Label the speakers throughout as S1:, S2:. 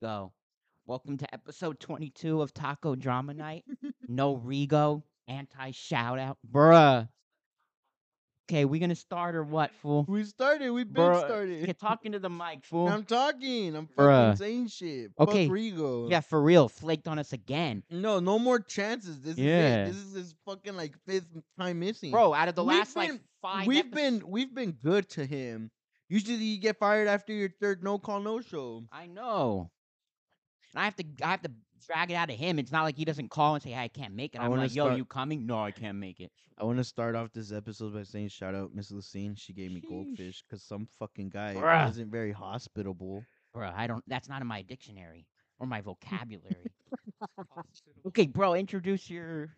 S1: go. Welcome to episode 22 of Taco Drama Night. no Rego, anti shout out. Bruh. Okay, we going to start or what, fool?
S2: We started. We've been
S1: Bruh,
S2: started.
S1: Get talking to the mic, fool.
S2: I'm talking. I'm
S1: Bruh.
S2: fucking saying shit.
S1: Okay.
S2: Fuck Rigo.
S1: Yeah, for real. Flaked on us again.
S2: No, no more chances. This
S1: Yeah.
S2: is it. This is his fucking like fifth time missing.
S1: Bro, out of the
S2: We've
S1: last like
S2: been-
S1: five
S2: we've
S1: episodes-
S2: been we've been good to him. Usually you get fired after your third no call no show.
S1: I know. And I have to I have to drag it out of him. It's not like he doesn't call and say, hey, I can't make it.
S2: I
S1: I'm
S2: wanna
S1: like, yo,
S2: start-
S1: you coming? No, I can't make it.
S2: I want to start off this episode by saying shout out Miss Lucine. She gave me
S1: Sheesh.
S2: goldfish because some fucking guy
S1: Bruh.
S2: isn't very hospitable.
S1: Bruh, I don't that's not in my dictionary or my vocabulary. okay, bro, introduce your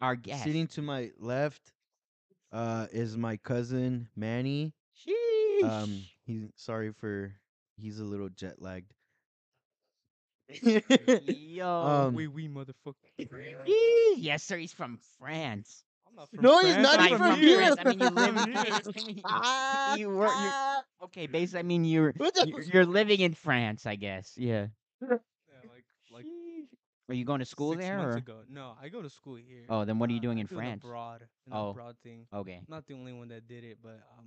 S1: our guest.
S2: Sitting to my left uh, is my cousin Manny.
S1: Sheesh.
S2: Um, he's sorry for he's a little jet lagged.
S1: Yo.
S2: um,
S3: Wee wee motherfucker.
S1: Yee. yes, sir, he's from France.
S3: I'm not
S2: No, he's
S3: France,
S2: not,
S3: I'm
S2: he's
S1: from
S2: from here.
S1: France. I mean, you live in
S3: Here.
S1: France. I mean, you were, you okay, basically, I mean, you're,
S2: What the
S1: you're
S2: f-
S1: you're living in France, I guess. Yeah.
S3: Yeah, like like
S1: Sheesh. Are you going to school
S3: six
S1: there?
S3: months
S1: or-
S3: ago. No, I go to school here.
S1: Oh, then what are you
S3: Uh,
S1: doing
S3: I'm
S1: in France?
S3: Abroad, an
S1: Oh.
S3: abroad thing.
S1: Okay.
S3: I'm not the only one that did it, but um,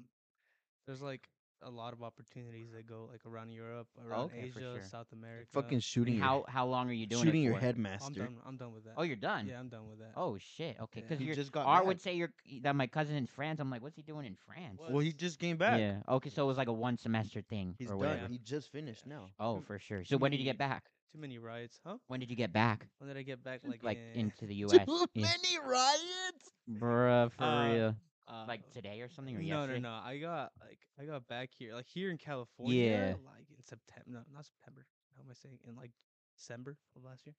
S3: there's like a lot of opportunities that go like around Europe, around
S1: Oh, okay, for
S3: Asia,
S1: sure.
S3: South America.
S2: fucking shooting your-
S1: How how long are you doing
S2: shooting
S1: it
S2: your
S1: for?
S3: I'm
S2: headmaster.
S3: done. I'm done with that.
S1: Oh, you're done.
S3: Yeah, I'm done with that.
S1: Oh shit. Okay,
S3: Yeah.
S1: because
S3: He
S1: you're.
S2: just got
S1: R
S2: back.
S1: would say you're that my cousin in France. I'm like, what's he doing in France?
S3: What?
S2: Well, he just came back.
S1: Yeah. Okay, so it was like a one semester thing
S2: He's
S1: or
S2: done.
S1: whatever.
S2: He just finished now.
S1: Oh,
S3: Too-
S1: for sure. So when did you get
S3: many-
S1: back?
S3: Too many riots, huh?
S1: When did you get back?
S3: When did I get back? Like, eh,
S1: Like
S3: in,
S1: into the U.S. Yeah.
S2: many riots.
S1: Bruh, for
S3: Uh,
S1: real.
S3: uh,
S1: Like today or something or
S3: No, no,
S1: yesterday?
S3: no. I got like I got back here, like here in California, like in September. No, not September. How am I saying? In like December of last year.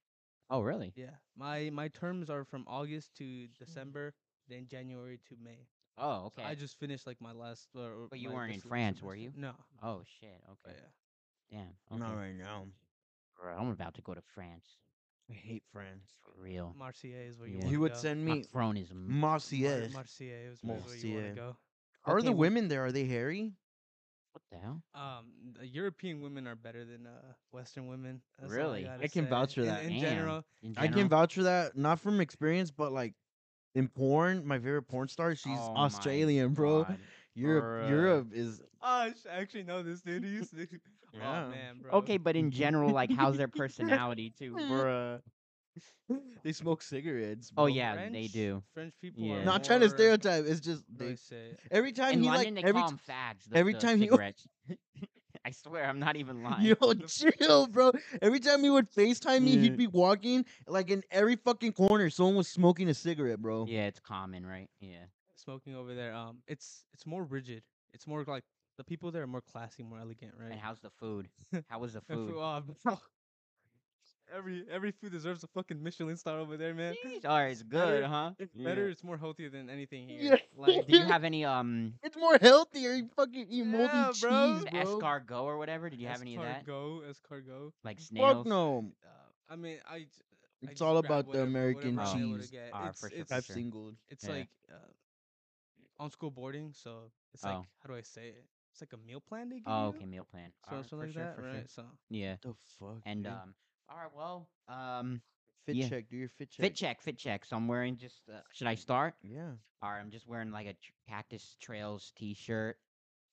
S1: Oh, really?
S3: Yeah, my my terms are from August to December, then January to May.
S1: Oh,
S3: So
S1: okay.
S3: I just finished like my last. Uh, or
S1: But you
S3: my-
S1: weren't in
S3: this l-
S1: France, were
S3: semester.
S1: you?
S3: No.
S1: oh shit.
S3: But
S1: Okay.
S3: yeah.
S1: Damn.
S2: Not
S1: Okay.
S2: right now.
S1: Bruh, I'm about to go to France.
S2: I hate France.
S1: For real.
S3: Marseille is where
S1: Yeah. He
S3: you. wanna
S2: He would
S3: go.
S2: send
S1: My
S2: me
S1: throne is. m-
S3: Mar-
S2: Marseilles.
S3: Marseille is where is where you want
S2: Marseille.
S3: to go.
S2: Are
S1: Okay,
S2: the
S1: wh-
S2: women there? Are they hairy?
S1: What the hell?
S3: Um, the European women are better than uh Western women. That's all
S1: Really?
S3: I,
S2: I can vouch for
S3: in,
S2: that.
S3: In
S1: Damn.
S3: general,
S1: In
S2: I can
S1: general?
S2: vouch for that. Not from experience, but like in porn, my favorite porn star, she's
S1: Oh my
S2: Australian, bro.
S1: God.
S2: Europe,
S1: Bruh.
S2: Europe is
S3: Oh, sh- I actually know this dude. He's
S2: Yeah.
S3: Oh man, bro.
S1: Okay, but in general, like, how's their personality too? Bruh.
S2: bruh. they smoke cigarettes.
S1: Oh
S2: bro.
S1: yeah, they
S3: French-
S1: do.
S3: French people.
S1: Yeah.
S3: Are
S2: Not trying to
S3: more-
S2: stereotype. It's just
S3: what do I
S2: they,
S3: say?
S2: every time
S1: In
S2: you
S1: London,
S2: like
S1: they
S2: every
S1: call
S2: t-
S1: them fags. The,
S2: every
S1: the
S2: time you-
S1: cigarettes. I swear, I'm not even lying.
S2: Yo, chill, bro. Every time he would FaceTime me,
S1: Yeah.
S2: he'd be walking like in every fucking corner. Someone was smoking a cigarette, bro.
S1: Yeah, it's common, right? Yeah.
S3: Smoking over there. Um, it's it's more rigid. It's more like the people there are more classy, more elegant, right?
S1: And how's the food? How was the
S3: And
S1: food?
S3: fo- uh, bro, every every food deserves a fucking Michelin star over there, man.
S1: Jeez, all right, it's good,
S3: better-
S1: huh?
S3: It's
S1: Yeah.
S3: better. It's more healthier than anything here.
S2: Yeah.
S3: Like,
S1: Do you have any um
S2: It's more healthier. You fucking eat moldy
S3: Yeah, bro.
S2: cheese, bro.
S1: escargot or whatever? Did you have any of that?
S3: Escargot, escargot.
S1: Like
S2: Fuck
S1: snails?
S2: no.
S3: Uh, I mean, I. j- I
S2: It's
S3: just
S2: all
S3: grab
S2: about the
S3: whatever-
S2: American
S3: whatever I'm able to
S2: cheese.
S3: get.
S1: Ah,
S3: It's-
S1: for sure,
S3: it's-
S1: for
S2: I've
S1: sure.
S2: singled.
S3: it's
S1: Yeah.
S3: like uh, on school boarding, so it's
S1: Oh.
S3: like how do I say it? It's like a meal plan they give
S1: Oh,
S3: you,
S1: okay, meal plan.
S3: so
S1: Alright,
S3: something
S1: for
S3: like
S1: sure,
S3: that,
S1: for sure.
S3: right? So
S1: Yeah.
S2: The fuck.
S1: And
S2: dude?
S1: um, all right, well, um,
S2: fit
S1: yeah.
S2: check. Do your fit check.
S1: fit check, fit check. So I'm wearing just. Uh, should I start?
S2: Yeah.
S1: All right, I'm just wearing like a tr- cactus trails t-shirt.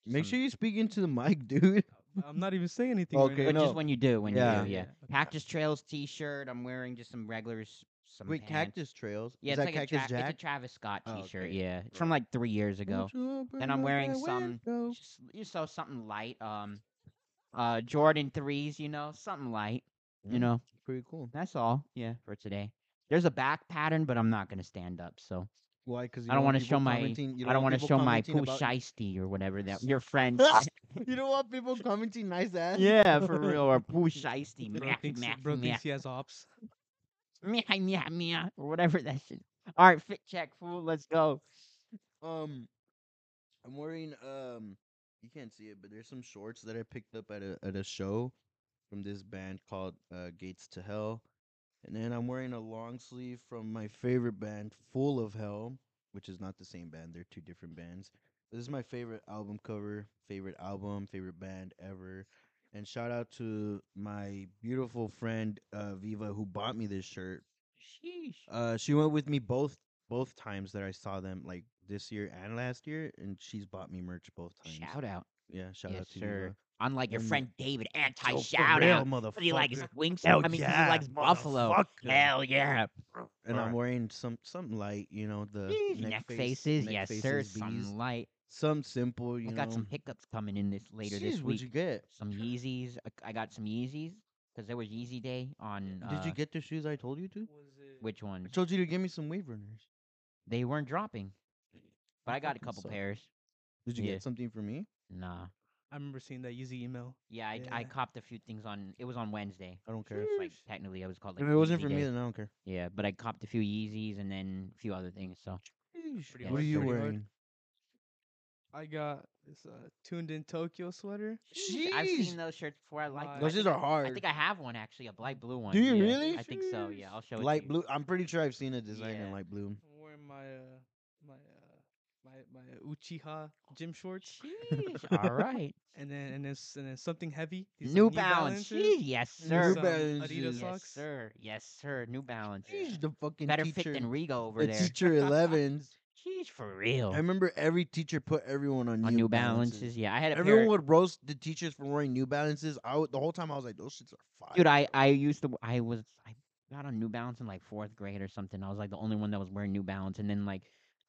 S2: Make
S1: some-
S2: sure you speak into the mic, dude.
S3: I'm not even saying anything.
S2: Okay,
S1: But
S3: right now.
S2: no.
S1: just when you do, when
S2: Yeah.
S1: you do, yeah.
S3: Okay.
S1: Cactus Trails T-shirt. I'm wearing just some regulars, some
S2: Wait,
S1: pants.
S2: cactus trails.
S1: Yeah,
S2: Is
S1: it's
S2: that
S1: like
S2: cactus
S1: a tra-
S2: jack?
S1: It's a Travis Scott
S2: Oh,
S1: T-shirt.
S2: okay.
S1: Yeah, it's from like three years ago.
S2: Won't you open
S1: Then I'm
S2: up
S1: wearing
S2: that
S1: some-
S2: window?
S1: Just you know something light. Um, uh, Jordan threes. You know something light. You
S2: Mm,
S1: know
S2: Pretty cool.
S1: that's all. Yeah, for today. There's a back pattern, but I'm not gonna stand up. So
S2: Why? Because
S1: I don't
S2: want
S1: want to
S2: people
S1: show my.
S2: commenting- you
S1: I don't want
S2: want
S1: to
S2: people
S1: show my
S2: commenting
S1: poo
S2: about-
S1: shiesty or whatever that your friend.
S2: You don't want people commenting nice ass.
S1: yeah, for real. Or poo shiesty.
S3: Bro thinks, bro thinks he has ops.
S1: Meow, meow, meow, or whatever that shit. All right, fit check, fool. Let's go.
S2: Um, I'm wearing um, you can't see it, but there's some shorts that I picked up at a at a show from this band called uh, Gates to Hell, and then I'm wearing a long sleeve from my favorite band, Full of Hell, which is not the same band. They're two different bands. This is my favorite album cover, favorite album, favorite band ever. And shout out to my beautiful friend uh, Viva who bought me this shirt.
S1: Sheesh.
S2: Uh, she went with me both both times that I saw them, like this year and last year, and she's bought me merch both times.
S1: Shout out.
S2: yeah, shout
S1: yes,
S2: out to
S1: sir.
S2: Viva.
S1: Unlike your
S2: And-
S1: friend David, anti
S2: Yo, Mm, for
S1: shout
S2: real,
S1: out. What do you like?
S2: motherfucker.
S1: His wings?
S2: Hell
S1: I mean,
S2: yeah,
S1: he likes Buffalo.
S2: motherfucker.
S1: Hell yeah.
S2: and I'm
S1: Alright.
S2: wearing some something light, you know, the
S1: Sheesh.
S2: neck,
S1: Neck,
S2: face-
S1: faces.
S2: neck
S1: yes,
S2: faces,
S1: sir.
S2: bees,
S1: Some light.
S2: some simple, you
S1: I got
S2: know.
S1: some hiccups coming in this later this
S2: Jeez,
S1: week.
S2: What'd you get?
S1: Some Yeezys. I- I got some Yeezys because there was Yeezy Day on. Uh,
S2: Did you get the shoes I told you to?
S1: which
S2: I
S1: one?
S2: told you to give me some wave runners.
S1: They weren't dropping, but I got a
S2: fucking
S1: couple
S2: suck.
S1: pairs.
S2: Did you
S1: Yeah.
S2: get something for me?
S1: Nah.
S3: I remember seeing that Yeezy email.
S1: Yeah, I, I
S3: Yeah.
S1: copped a few things on. It was on Wednesday.
S2: I don't
S1: So
S2: care.
S1: it's like technically, I was called. Like,
S2: if it wasn't
S1: Yeezy
S2: for
S1: Day.
S2: me, then I don't care.
S1: Yeah, but I copped a few Yeezys and then a few other things. So
S3: Pretty
S1: Yeah,
S2: what are
S1: it's
S2: you
S1: pretty
S3: hard.
S2: wearing?
S3: I got this uh, tuned in Tokyo sweater.
S1: Sheesh, I've
S2: Jeez.
S1: seen those shirts before. I like.
S3: Wow.
S1: them. I
S2: Those
S3: Those
S1: think
S2: shoes
S1: I-
S2: are hard.
S1: I think I have one actually, a light blue one.
S2: Do you
S1: yeah.
S2: really?
S1: I think so. Yeah,
S3: Jeez.
S1: I'll show it. to
S2: light
S1: you.
S2: blue. I'm pretty sure I've seen a design in
S1: Yeah.
S2: light blue.
S3: I'm wearing my uh, my uh, my my Uchiha gym shorts,
S1: Sheesh. All right.
S3: and then and then s- and then something heavy. these, like,
S1: New, Balance.
S3: Balances.
S1: Sheesh, Yes,
S3: and then
S1: sir.
S3: some
S2: Balance
S3: Adidas
S2: is-
S1: Yes,
S3: socks.
S1: sir. Yes, sir. New Balance.
S2: Jeez, the fucking
S1: Better fit
S2: teacher.
S1: than Rigo over
S2: the
S1: there.
S2: teacher 11s.
S1: Sheesh, for real.
S2: I remember every teacher put everyone on,
S1: On New Balances. Yeah, I had a
S2: Everyone
S1: pair.
S2: would roast the teachers for wearing New Balances. I w- the whole time I was like, those shits are fire.
S1: Dude, I I used to. I was. I got on New Balance in like fourth grade or something. I was like the only one that was wearing New Balance, and then like.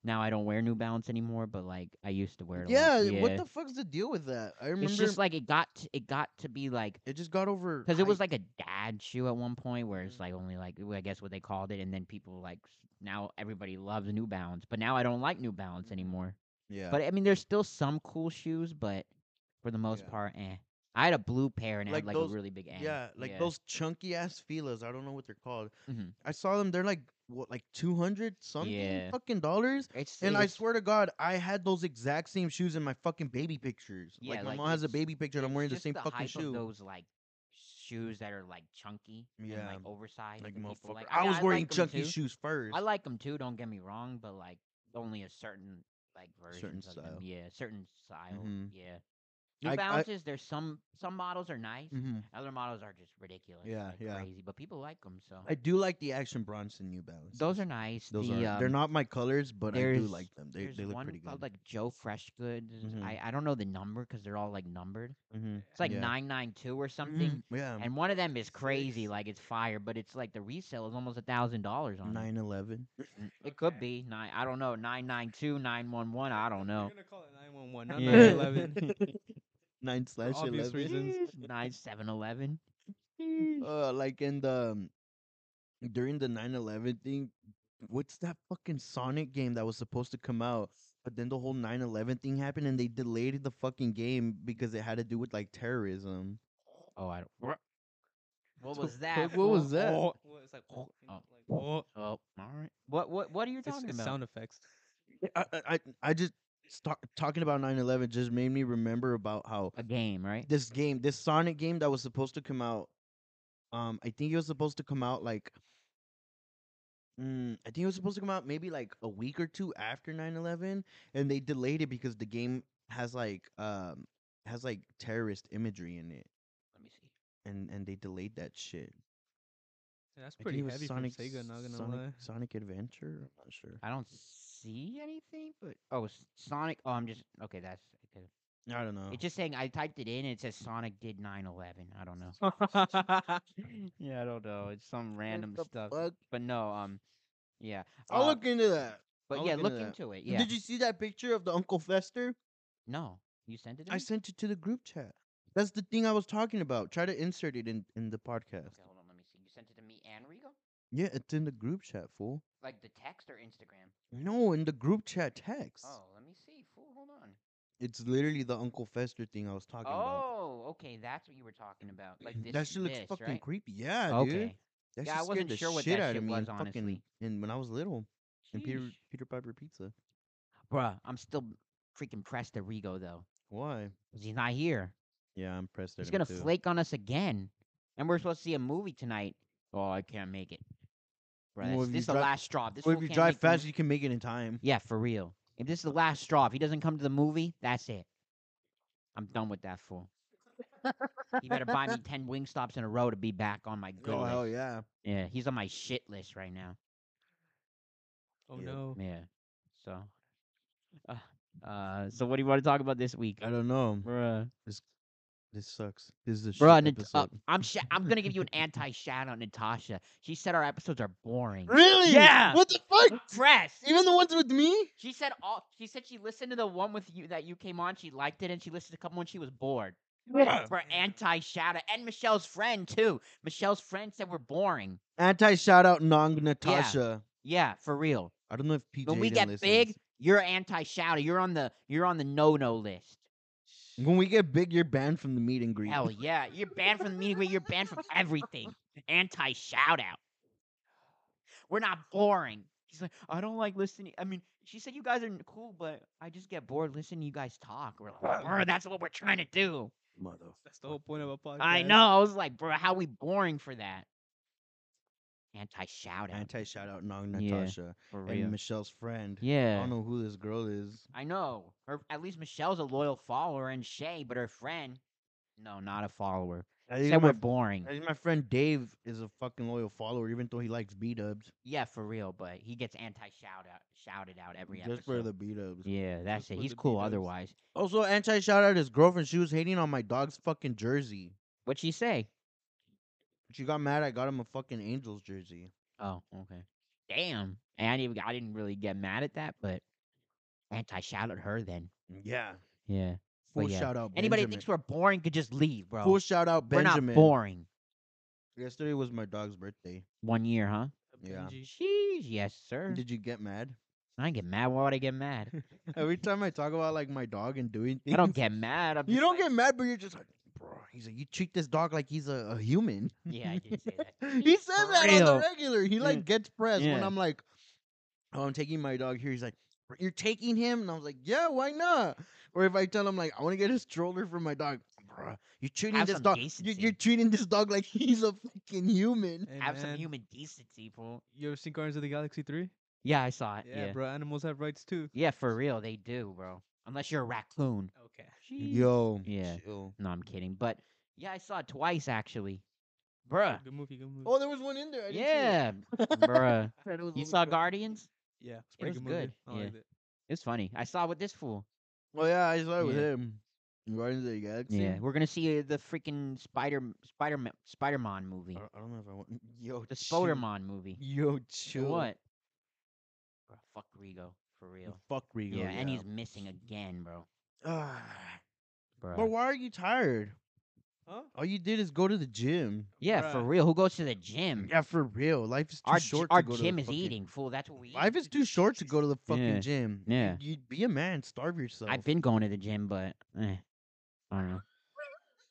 S1: Now I don't wear New Balance anymore, but like I used to wear it. a lot.
S2: yeah,
S1: yeah.
S2: What the fuck's the deal with that? I remember
S1: It's just like it got to, it got to be like
S2: it just got over
S1: because it was
S2: hyped.
S1: like a dad shoe at one point where it's
S2: Mm-hmm.
S3: Mhm.
S1: like only like I guess what they called it, and then people like s- now everybody loves New Balance, but now I don't like New Balance
S3: Mhm.
S1: anymore.
S2: Mm-hmm. yeah.
S1: But I mean, there's still some cool shoes, but for the most
S2: Yeah.
S1: part, eh. I had a blue pair and it
S2: Like
S1: had like
S2: those-
S1: a really big eh.
S2: Yeah, like those chunky ass filas. I don't know what they're called.
S1: Mhm.
S2: I saw them. They're like what, like two hundred something
S1: Yeah.
S2: fucking dollars.
S1: It's,
S2: And I
S1: it's-
S2: swear to God, I had those exact same shoes in my fucking baby pictures.
S1: Yeah,
S2: like my
S1: like,
S2: mom has a
S1: it's-
S2: baby picture, and I'm
S1: it's
S2: wearing the
S1: just
S2: same fucking
S1: hype of
S2: shoe.
S1: those like shoes that are like chunky and
S2: Yeah.
S1: like oversized.
S2: like
S1: that people
S2: motherfucker,
S1: like.
S2: I,
S1: mean,
S2: was wearing
S1: like 'em
S2: chunky
S1: too.
S2: shoes first.
S1: I like them too. Don't get me wrong, but like only a certain like version of them.
S2: style.
S1: Yeah, certain style.
S2: Mhm.
S1: Yeah. New
S2: I- I-
S1: Balances. there's some some models are nice.
S2: Mhm.
S1: Other models are just ridiculous.
S2: Yeah,
S1: like,
S2: yeah.
S1: Crazy, but people like them. So
S2: I do like the Action Bronson New Balance.
S1: those are nice.
S2: Those
S1: the,
S2: are. they're
S1: um,
S2: not my colors, but I do
S1: there's-
S2: like them. They
S1: There's
S2: they look
S1: one
S2: pretty good.
S1: called like Joe Fresh Goods.
S2: Mhm.
S1: I, I don't know the number because they're all like numbered.
S2: Mhm.
S1: It's like
S2: Yeah.
S1: nine nine two or something.
S2: Mm, Yeah.
S1: And one of them is crazy,
S3: Six.
S1: like it's fire, but it's like the resale is almost a thousand dollars on it.
S2: Nine eleven.
S1: It could
S3: Okay.
S1: be nine. I don't know nine nine two nine one one. I don't know.
S3: We're gonna call it 911,
S1: Yeah.
S3: not 911.
S2: Nine slash
S3: obvious
S2: eleven.
S3: reasons.
S1: Nine seven eleven.
S2: uh, like in the um, during the 9-11 thing what's that fucking sonic game that was supposed to come out but then the whole 9-11 thing happened and they delayed the fucking game because it had to do with like terrorism
S1: Oh, I don't. What
S2: So-
S1: was that?
S2: what was
S1: fool?
S2: that?
S3: Oh, well, it's like, oh, you know,
S1: Oh.
S3: like,
S1: Oh,
S3: oh.
S1: all right. What what what are you
S3: It's-
S1: talking
S3: it's
S1: about?
S3: sound effects.
S2: i i, I- I just start talking about 9-11 just made me remember about how
S1: a game, right?
S2: this game this sonic game that was supposed to come out um i think it was supposed to come out like Mm, I think it was supposed to come out maybe like a week or two after 9/11 and they delayed it because the game has like um has like terrorist imagery in it
S1: Let me see.
S2: and and they delayed that shit.
S3: Yeah,
S2: I
S3: that's
S2: think
S3: pretty
S2: it was
S3: heavy
S2: Sonic
S3: from Sega, not gonna
S2: Sonic,
S3: lie.
S2: Sonic Adventure, I'm not sure.
S1: I don't see anything, but oh, S- Sonic. Oh, I'm just okay. That's okay.
S2: I don't know.
S1: It's just saying I typed it in. and It says Sonic did 9/11. I don't know. yeah, I don't know. It's some random
S2: the
S1: stuff.
S2: fuck?
S1: But no, um, yeah.
S2: I'll
S1: uh,
S2: look into that.
S1: But
S2: I'll
S1: yeah,
S2: look
S1: look
S2: into that.
S1: into it.
S2: And
S1: Yeah.
S2: Did you see that picture of the Uncle Fester?
S1: No, you sent it. To
S2: I
S1: me?
S2: sent it to the group chat. That's the thing I was talking about. Try to insert it in in the podcast.
S1: Okay, hold on. Let me see. You sent it to me and Rigo.
S2: Yeah, it's in the group chat, fool.
S1: Like the text or Instagram?
S2: No, in the group chat text.
S1: Oh, let me see. Fool, hold on.
S2: It's literally the Uncle Fester thing I was talking about.
S1: Oh, okay. That's what you were talking about. Like this.
S2: that shit looks
S1: this,
S2: fucking
S1: right?
S2: creepy. Yeah, dude.
S1: Okay. Yeah,
S2: That shit
S1: I
S2: scared
S1: wasn't
S2: the
S1: sure what
S2: shit
S1: that
S2: out of
S1: shit
S2: me
S1: was,
S2: in fucking-
S1: honestly.
S2: in- when I was little, and Peter
S1: Sheesh.
S2: Peter Piper Pizza.
S1: Bruh, I'm still freaking pressed to Rigo though.
S2: Why?
S1: 'cause he's not here.
S2: Yeah, I'm pressed.
S1: He's
S2: at him,
S1: gonna
S2: too.
S1: flake on us again. And we're supposed to see a movie tonight. Oh, I can't make it. Bruh,
S2: Well,
S1: this, this
S2: if you
S1: is the
S2: drive-
S1: last straw. This
S2: Well,
S1: fool
S2: if you
S1: can't
S2: drive
S1: make the
S2: fast,
S1: mo-
S2: you can make it in time.
S1: yeah, for real. If this is the last straw, if he doesn't come to the movie, that's it. I'm done with that fool. He better buy me ten wing stops in a row to be back on my good
S2: Oh
S1: list.
S2: hell yeah!
S1: Yeah, he's on my shit list right now.
S3: Oh
S2: Yeah.
S3: no.
S1: Yeah. So uh, uh so what do you want to talk about this week?
S2: I don't know.
S1: Bruh.
S2: This this sucks. This is a
S1: Bruh,
S2: shit
S1: Nat- uh,
S2: episode.
S1: I'm sha- I'm gonna give you an anti shout out, Natasha. She said our episodes are boring.
S2: Really?
S1: Yeah.
S2: What the fuck?
S1: Press.
S2: Even the ones with me?
S1: She said all. She said she listened to the one with you that you came on. She liked it, and she listened to a couple when she was bored.
S2: Yeah.
S1: For anti shout out, and Michelle's friend too. Michelle's friend said we're boring.
S2: Anti shout out Nong Natasha.
S1: Yeah, for real.
S2: I don't know if PJ.
S1: when we
S2: even
S1: get
S2: listens.
S1: big, you're anti shout out. You're on the you're on the no no list.
S2: when we get big, you're banned from the meet and greet.
S1: Hell yeah, you're banned from the meeting. Where you're banned from everything. Anti shout out. We're not boring. She's like, I don't like listening. I mean, she said you guys are n- cool, but I just get bored listening to you guys talk. We're like, "Bruh, that's what we're trying to do.
S2: Mother.
S3: That's the whole point of a podcast.
S1: I know. I was like, bro, how we boring for that? Anti shout out.
S2: Anti shout out Nong
S1: Yeah,
S2: Natasha
S1: for
S2: and Michelle's friend. I
S1: yeah.
S2: don't know who this girl is.
S1: I know. Her, at least Michelle's a loyal follower and Shay, but her friend, no, not a follower.
S2: I
S1: She
S2: think
S1: Said
S2: my
S1: we're
S2: f-
S1: boring.
S2: I think my friend Dave is a fucking loyal follower, even though he likes B dubs.
S1: Yeah, for real. But he gets anti shout out, shouted out every
S2: Just for
S1: episode.
S2: the B dubs.
S1: yeah, that's
S3: just
S1: it.
S3: for
S1: He's
S3: the
S1: cool
S3: beat-ups.
S1: otherwise.
S2: Also, anti shout out his girlfriend. She was hating on my dog's fucking jersey.
S1: What'd she say?
S2: She got mad. I got him a fucking Angels jersey.
S1: Oh, okay. Damn. And I didn't, even- I didn't really get mad at that, but anti shouted her then.
S2: Yeah.
S1: Yeah. But
S2: Full
S1: yeah.
S2: shout out.
S1: Anybody that
S2: Benjamin.
S1: thinks we're boring could just leave, bro.
S2: Full shout out
S1: we're
S2: Benjamin.
S1: not boring.
S2: Yesterday was my dog's birthday.
S1: One year, huh?
S2: Yeah.
S3: Benji.
S1: Sheesh, yes, sir.
S2: Did you get mad?
S1: I get mad. Why would I get mad?
S2: Every time I talk about like my dog and doing things,
S1: I don't get mad. I'm
S2: You
S1: just
S2: don't
S1: like-
S2: get mad, but you're just like, bro. He's like, you treat this dog like he's a, a human.
S1: Yeah, I did say that.
S2: he says
S1: for
S2: that on
S1: real.
S2: the regular. He like gets pressed when
S1: Yeah.
S2: I'm like, oh, I'm taking my dog here. He's like, "Bro, you're taking him, and I was like, yeah, why not? Or if I tell him like, I want to get a stroller for my dog, bro. You're treating
S1: Have
S2: this
S1: some
S2: dog. You,
S1: decency."
S2: you're treating this dog like he's a fucking human.
S3: Hey,
S1: Have some
S3: man,
S1: human decency, fool.
S3: You ever seen Guardians of the Galaxy three?
S1: Yeah, I saw it.
S3: Yeah,
S1: Uh, Yeah, yeah.
S3: bro. Animals have rights too.
S1: for real, they do, bro. Unless you're a raccoon.
S3: Okay.
S2: Yo,
S1: Yeah.
S2: chill.
S1: No, I'm kidding. But yeah, I saw it twice actually, bruh.
S3: Good movie. Good movie.
S2: Oh, there was one in there. I didn't see it.
S1: Yeah, bruh.
S3: I heard it was
S1: You
S3: only
S1: saw
S3: good.
S1: Guardians?
S3: Yeah, it's
S1: It
S3: pretty
S1: was
S3: good. Movie.
S1: good,
S3: I
S1: yeah.
S3: liked it.
S1: It's funny. I saw it with this fool.
S2: Oh yeah, I saw it with
S1: Yeah.
S2: him. Guardians of the Galaxy.
S1: Yeah, we're gonna see uh, the freaking Spider Spider Spider Man movie,
S2: I I don't know if I want. Yo,
S1: the
S2: chill.
S1: Spider Man movie.
S2: Yo, chill.
S1: What? Bro, fuck Rigo for real.
S2: Fuck Rigo.
S1: Yeah, and he's missing again, bro. Bro.
S2: but why are you tired?
S3: Huh?
S1: Oh,
S2: All you did is go to the gym.
S1: yeah, for
S3: Bruh.
S1: real. Who goes to the gym?
S2: Yeah, for real. Life is too
S1: Mm. our g-
S2: short.
S1: our
S2: to go to the
S1: gym is
S2: fucking-
S1: eating, fool. That's what we.
S2: Life
S1: eat.
S2: is too short to go to the fucking
S1: Yeah.
S2: gym. You-
S1: Yeah.
S2: You, be a man. Starve yourself.
S1: I've been going to the gym, but eh, I don't know.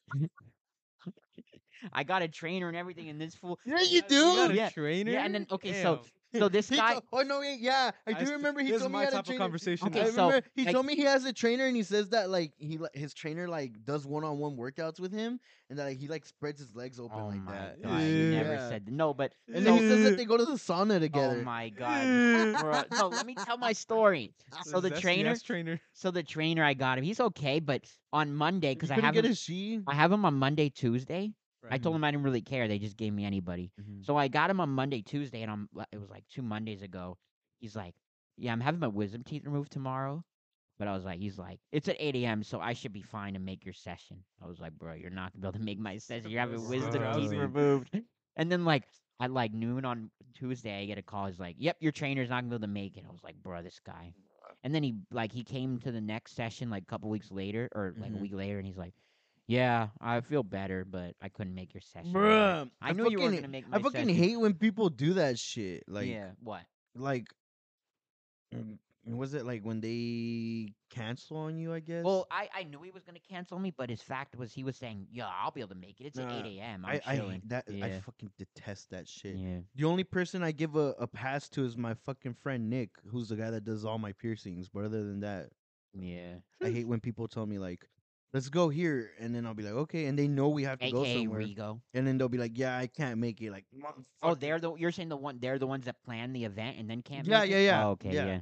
S1: I got a trainer and everything, and this fool.
S2: Yeah, you do.
S3: You got a
S1: Yeah, yeah,
S3: trainer.
S1: and then- okay, so- So this
S2: He
S1: guy,
S2: told- oh no! Yeah, yeah, I
S3: I
S2: do
S3: st-
S2: remember. He
S3: this
S2: told
S3: is
S2: me
S3: my
S2: he had a
S3: type of
S2: trainer.
S3: conversation.
S1: Okay,
S2: I
S3: now.
S1: so,
S2: remember he
S1: like-
S2: told me he has a trainer and he says that like he li- his trainer like does one on one workouts with him and that like, he like spreads his legs open
S1: oh
S2: like
S1: my
S2: that.
S1: god, you never
S2: Yeah.
S1: said no, but
S2: And then he says that
S3: Yeah.
S2: they go to the sauna together.
S1: oh my god, bruh, no, let me tell my story. So the
S3: This
S1: trainer,
S3: SES E trainer.
S1: so the trainer, I got him. He's okay, but on Monday
S2: You
S1: because I
S2: couldn't
S1: have
S2: get
S1: him,
S2: a she.
S1: I have him on Monday, Tuesday. I
S3: Right.
S1: told him I didn't really care. They just gave me anybody.
S2: Mm-hmm.
S1: So I got him on Monday, Tuesday, and I'm uh, it was like two Mondays ago. He's like, "Yeah, I'm having my wisdom teeth removed tomorrow," but I was like, "He's like, it's at 8 a.m., so I should be fine to make your session." I was like, "Bro, you're not gonna be able to make my session. You're having
S3: That's
S1: wisdom teeth
S3: drowsy.
S1: removed." And then like at like noon on Tuesday, I get a call. He's like, "Yep, your trainer's not gonna be able to make it." I was like, "Bro, this guy." And then he like he came to the next session like a couple weeks later or like
S2: Mhm.
S1: a week later, and he's like. Yeah, I feel better, but I couldn't make your session. I was like,
S2: Bruh,
S1: I knew you were
S2: fucking-
S1: gonna make my
S2: I fucking
S1: session.
S2: hate when people do that shit. Like,
S1: yeah, what?
S2: like, mm, was it like when they cancel on you? I guess.
S1: Well, I, I knew he was gonna cancel me, but his fact was he was saying, "Yeah, I'll be able to make it. It's
S2: Nah,
S1: at eight a.m. I'm
S2: I, I
S1: chilling."
S2: hate that I
S1: Yeah.
S2: fucking detest that shit.
S1: yeah,
S2: The only person I give a, a pass to is my fucking friend Nick, who's the guy that does all my piercings. But other than that,
S1: yeah.
S2: I hate when people tell me like, "Let's go here," and then I'll be like, "Okay," and they know we have to go
S1: AKA
S2: somewhere,
S1: Rigo.
S2: and then they'll be like, "Yeah, I can't make it." Like,
S1: Oh,
S2: "Motherfucker."
S1: they're the you're saying the one they're the ones that plan the event and then can't.
S2: Yeah,
S1: make it?
S2: yeah, yeah,
S1: Oh, okay,
S2: yeah.
S1: yeah.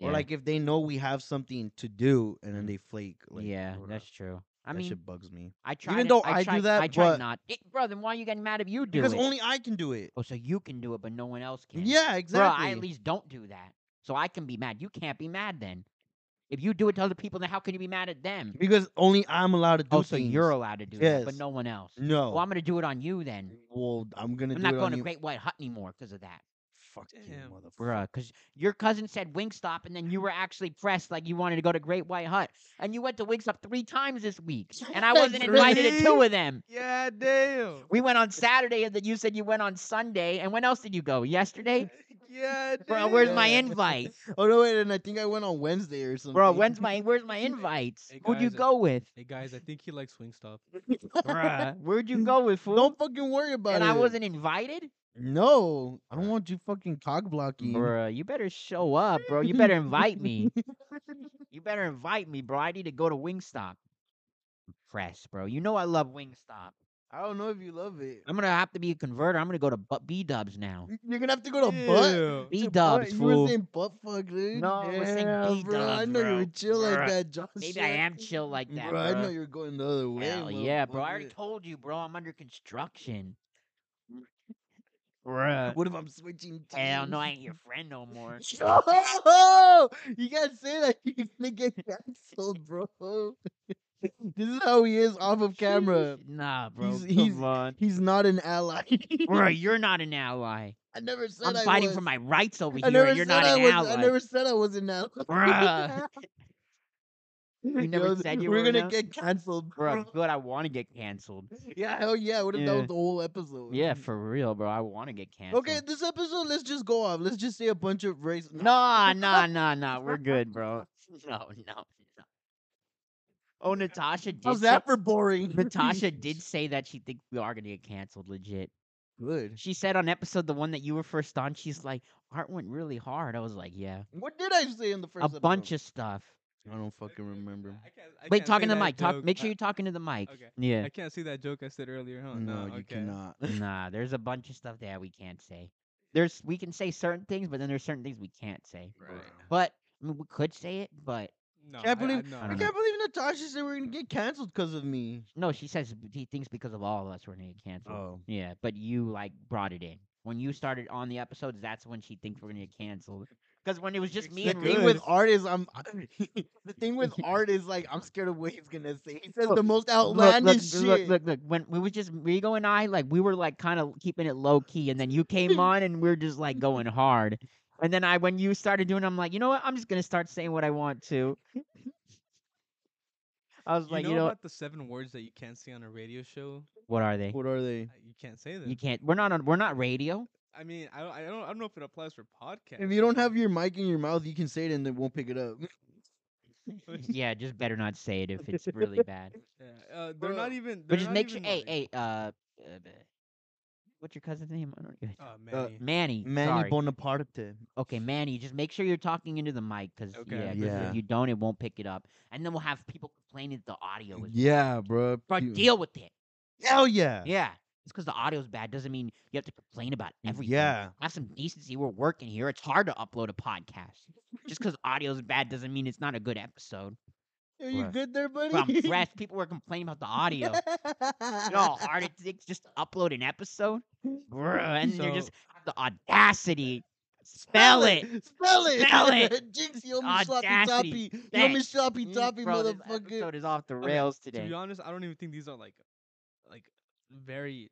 S2: Or
S1: Yeah.
S2: like if they know we have something to do and then
S1: Mm.
S2: they flake. Like,
S1: yeah,
S2: bruh.
S1: that's true. I
S2: that
S1: mean,
S2: shit bugs me.
S1: I tried.
S2: even
S1: it-
S2: though I
S1: I
S2: do
S1: tried,
S2: that,
S1: I tried
S2: but-
S1: not. Eh, bro, then why are you getting mad if you do
S2: Because
S1: it?
S2: only I can do it.
S1: oh, so you can do it, but no one else can.
S2: Yeah, exactly.
S1: Bro, I at least don't do that, so I can be mad. You can't be mad then. If you do it to other people, then how can you be mad at them?
S2: because only I'm allowed to do
S1: Oh, so
S2: things.
S1: you're allowed to do that, but
S2: Yes.
S1: no one else.
S2: no.
S1: Well, I'm gonna do it on you then.
S2: Well, I'm gonna.
S1: I'm
S2: do
S1: not
S2: it
S1: going
S2: on
S1: to
S2: you.
S1: Great White Hut anymore because of that,
S2: Fuck you,
S3: Damn.
S2: motherfucker.
S1: bruh. Because your cousin said Wingstop, and then you were actually pressed like you wanted to go to Great White Hut, and you went to Wingstop three times this week, and I wasn't invited to two
S2: Three?
S1: of them.
S3: Yeah, damn.
S1: We went on Saturday, and then you said you went on Sunday. And when else did you go? Yesterday,
S3: Yeah, damn.
S1: bro. Where's my
S2: Yeah.
S1: invite,
S2: Oh no, wait, and I think I went on Wednesday or something.
S1: bro? When's my where's my invites?
S3: Hey,
S1: Who'd you
S3: guys, I-
S1: go with,
S3: Hey guys, I think he likes Wingstop.
S1: bruh? Where'd you go with? Fool?
S2: Don't fucking worry about
S1: and
S2: it.
S1: I wasn't invited,
S2: No, I don't want you fucking cock blocking.
S1: bruh. You better show up, bro. You better invite me. You better invite me, bro. I need to go to Wingstop. Press, bro. You know I love Wingstop.
S2: I don't know if you love it.
S1: I'm gonna have to be a converter. I'm gonna go to B Dubs now.
S2: You're gonna have to go to butt.
S3: Ew.
S1: B
S2: to butt.
S1: Dubs,
S2: You
S1: fool.
S2: were saying butt fuck, dude.
S1: No, I was saying
S2: yeah,
S1: B
S2: bro. I
S1: dubs,
S2: know you
S1: bro.
S2: were chill like
S1: Bruh.
S2: that, Josh.
S1: Maybe I am chill like that, bro.
S2: bro. I know you're going the other way.
S1: Hell yeah, bro. I already
S2: motherfucker.
S1: told you, bro. I'm under construction.
S2: What if I'm switching teams?
S1: Hell no, I ain't your friend no more.
S2: Oh, you gotta say that you're gonna get canceled, bro. this is how he is off of camera.
S1: Nah, bro.
S2: He's-
S1: come
S2: he's-
S1: on.
S2: He's not an ally.
S1: Bro, you're not an ally.
S2: I never said
S1: I'm
S2: I
S1: fighting
S2: was.
S1: for my rights over here.
S2: I never
S1: and You're
S2: said
S1: not
S2: I
S1: an
S2: was.
S1: ally.
S2: I never said I was an ally.
S1: Bruh. You never
S2: Yo,
S1: said you
S2: we're
S1: were an
S2: gonna
S1: ally?
S2: get canceled,
S1: Bro,
S2: bro.
S1: good. I want to get canceled.
S2: Yeah, hell yeah. What if that
S1: Yeah.
S2: was the whole episode?
S1: Yeah, for real, bro. I want to get canceled.
S2: Mm. Okay, this episode, let's just go off. Let's just say a bunch of race.
S1: Nah, nah, nah, nah. We're good, bro. No, no, no. Oh, Natasha did.
S2: How's
S1: say-
S2: that for boring?
S1: Natasha did say that she thinks we are gonna get canceled. Legit.
S2: Good.
S1: She said on episode the one that you were first on. She's like, "Art went really hard." I was like, "Yeah."
S2: What did I say in the first
S1: a bunch of stuff.
S2: I don't fucking remember.
S3: I can't, I
S1: Wait,
S3: can't
S1: talking
S3: say
S1: to the
S3: that
S1: mic. Talk.
S3: joke.
S1: Make sure
S3: I-
S1: you're talking to the mic.
S3: Okay.
S1: Yeah.
S3: I can't see that joke I said earlier, huh?
S2: no, you
S3: okay.
S2: cannot.
S1: Nah, there's a bunch of stuff that we can't say. There's we can say certain things, but then there's certain things we can't say.
S3: Right.
S1: But I mean, we could say it, but
S3: No,
S2: Can't believe-
S3: no,
S1: I
S2: I
S1: don't
S2: can't believe Natasha said we're gonna get canceled because of me.
S1: no, she says b- he thinks because of all of us we're gonna get canceled.
S2: Oh.
S1: Yeah, but you like brought it in when you started on the episodes. That's when she thinks we're gonna get canceled. Because when it was just me
S2: The
S1: and
S2: thing
S1: Ring
S2: with art is I'm. the thing with art is like I'm scared of what he's gonna say. He says the most
S1: Look, look,
S2: outlandish
S1: look,
S2: shit.
S1: look, look. When we was just Rigo and I, like we were like kind of keeping it low key, and then you came on and we are just like going hard. And then I, when you started doing, it, I'm like, you know what? I'm just gonna start saying what I want to. I was
S3: You
S1: like,
S3: know,
S1: you know,
S3: about the seven words that you can't say on a radio show?
S1: what are they?
S2: What are they?
S3: Uh, You can't say them.
S1: You can't. We're not on. We're not radio.
S3: I mean, I don't, I don't, I don't know if it applies for podcasts.
S2: If you don't have your mic in your mouth, you can say it and they won't pick it up.
S1: yeah, just better not say it if it's really bad.
S3: yeah, uh, they're not
S2: Bro.
S3: even. They're
S1: But just
S3: not
S1: make sure.
S3: even,
S1: Hey,
S3: like-
S1: hey. Uh, uh, bleh. what's your cousin's name? I don't even.
S3: Oh, Manny.
S1: Manny.
S2: Manny
S1: sorry.
S2: Bonaparte.
S1: Okay, Manny, just make sure you're talking into the mic because
S3: Okay.
S1: yeah, 'cause
S2: Yeah.
S1: if you don't, it won't pick it up. And then we'll have people complaining that the audio is
S2: Yeah, bro.
S1: bad. Bro,
S2: Pew.
S1: deal with it.
S2: Hell yeah.
S1: Yeah. It's because the audio's bad doesn't mean you have to complain about everything.
S2: Yeah.
S1: Have some decency. We're working here. It's hard to upload a podcast. Just because audio's bad doesn't mean it's not a good episode.
S2: Are you
S1: Bruh.
S2: good there, buddy?
S1: Bro, I'm pressed. People were complaining about the audio. You know how hard it takes just to upload an episode? Bruh, and you're just the audacity. Spell it.
S2: Spell it.
S1: Spell it.
S2: Jinx, you owe me sloppy
S1: Audacity.
S2: toppy. You owe me
S1: Thanks.
S2: sloppy
S1: Mm,
S2: toppy,
S1: bro, this
S2: motherfucker.
S1: episode is off the
S3: Okay,
S1: rails
S3: To
S1: today.
S3: be honest, I don't even think these are like, like, very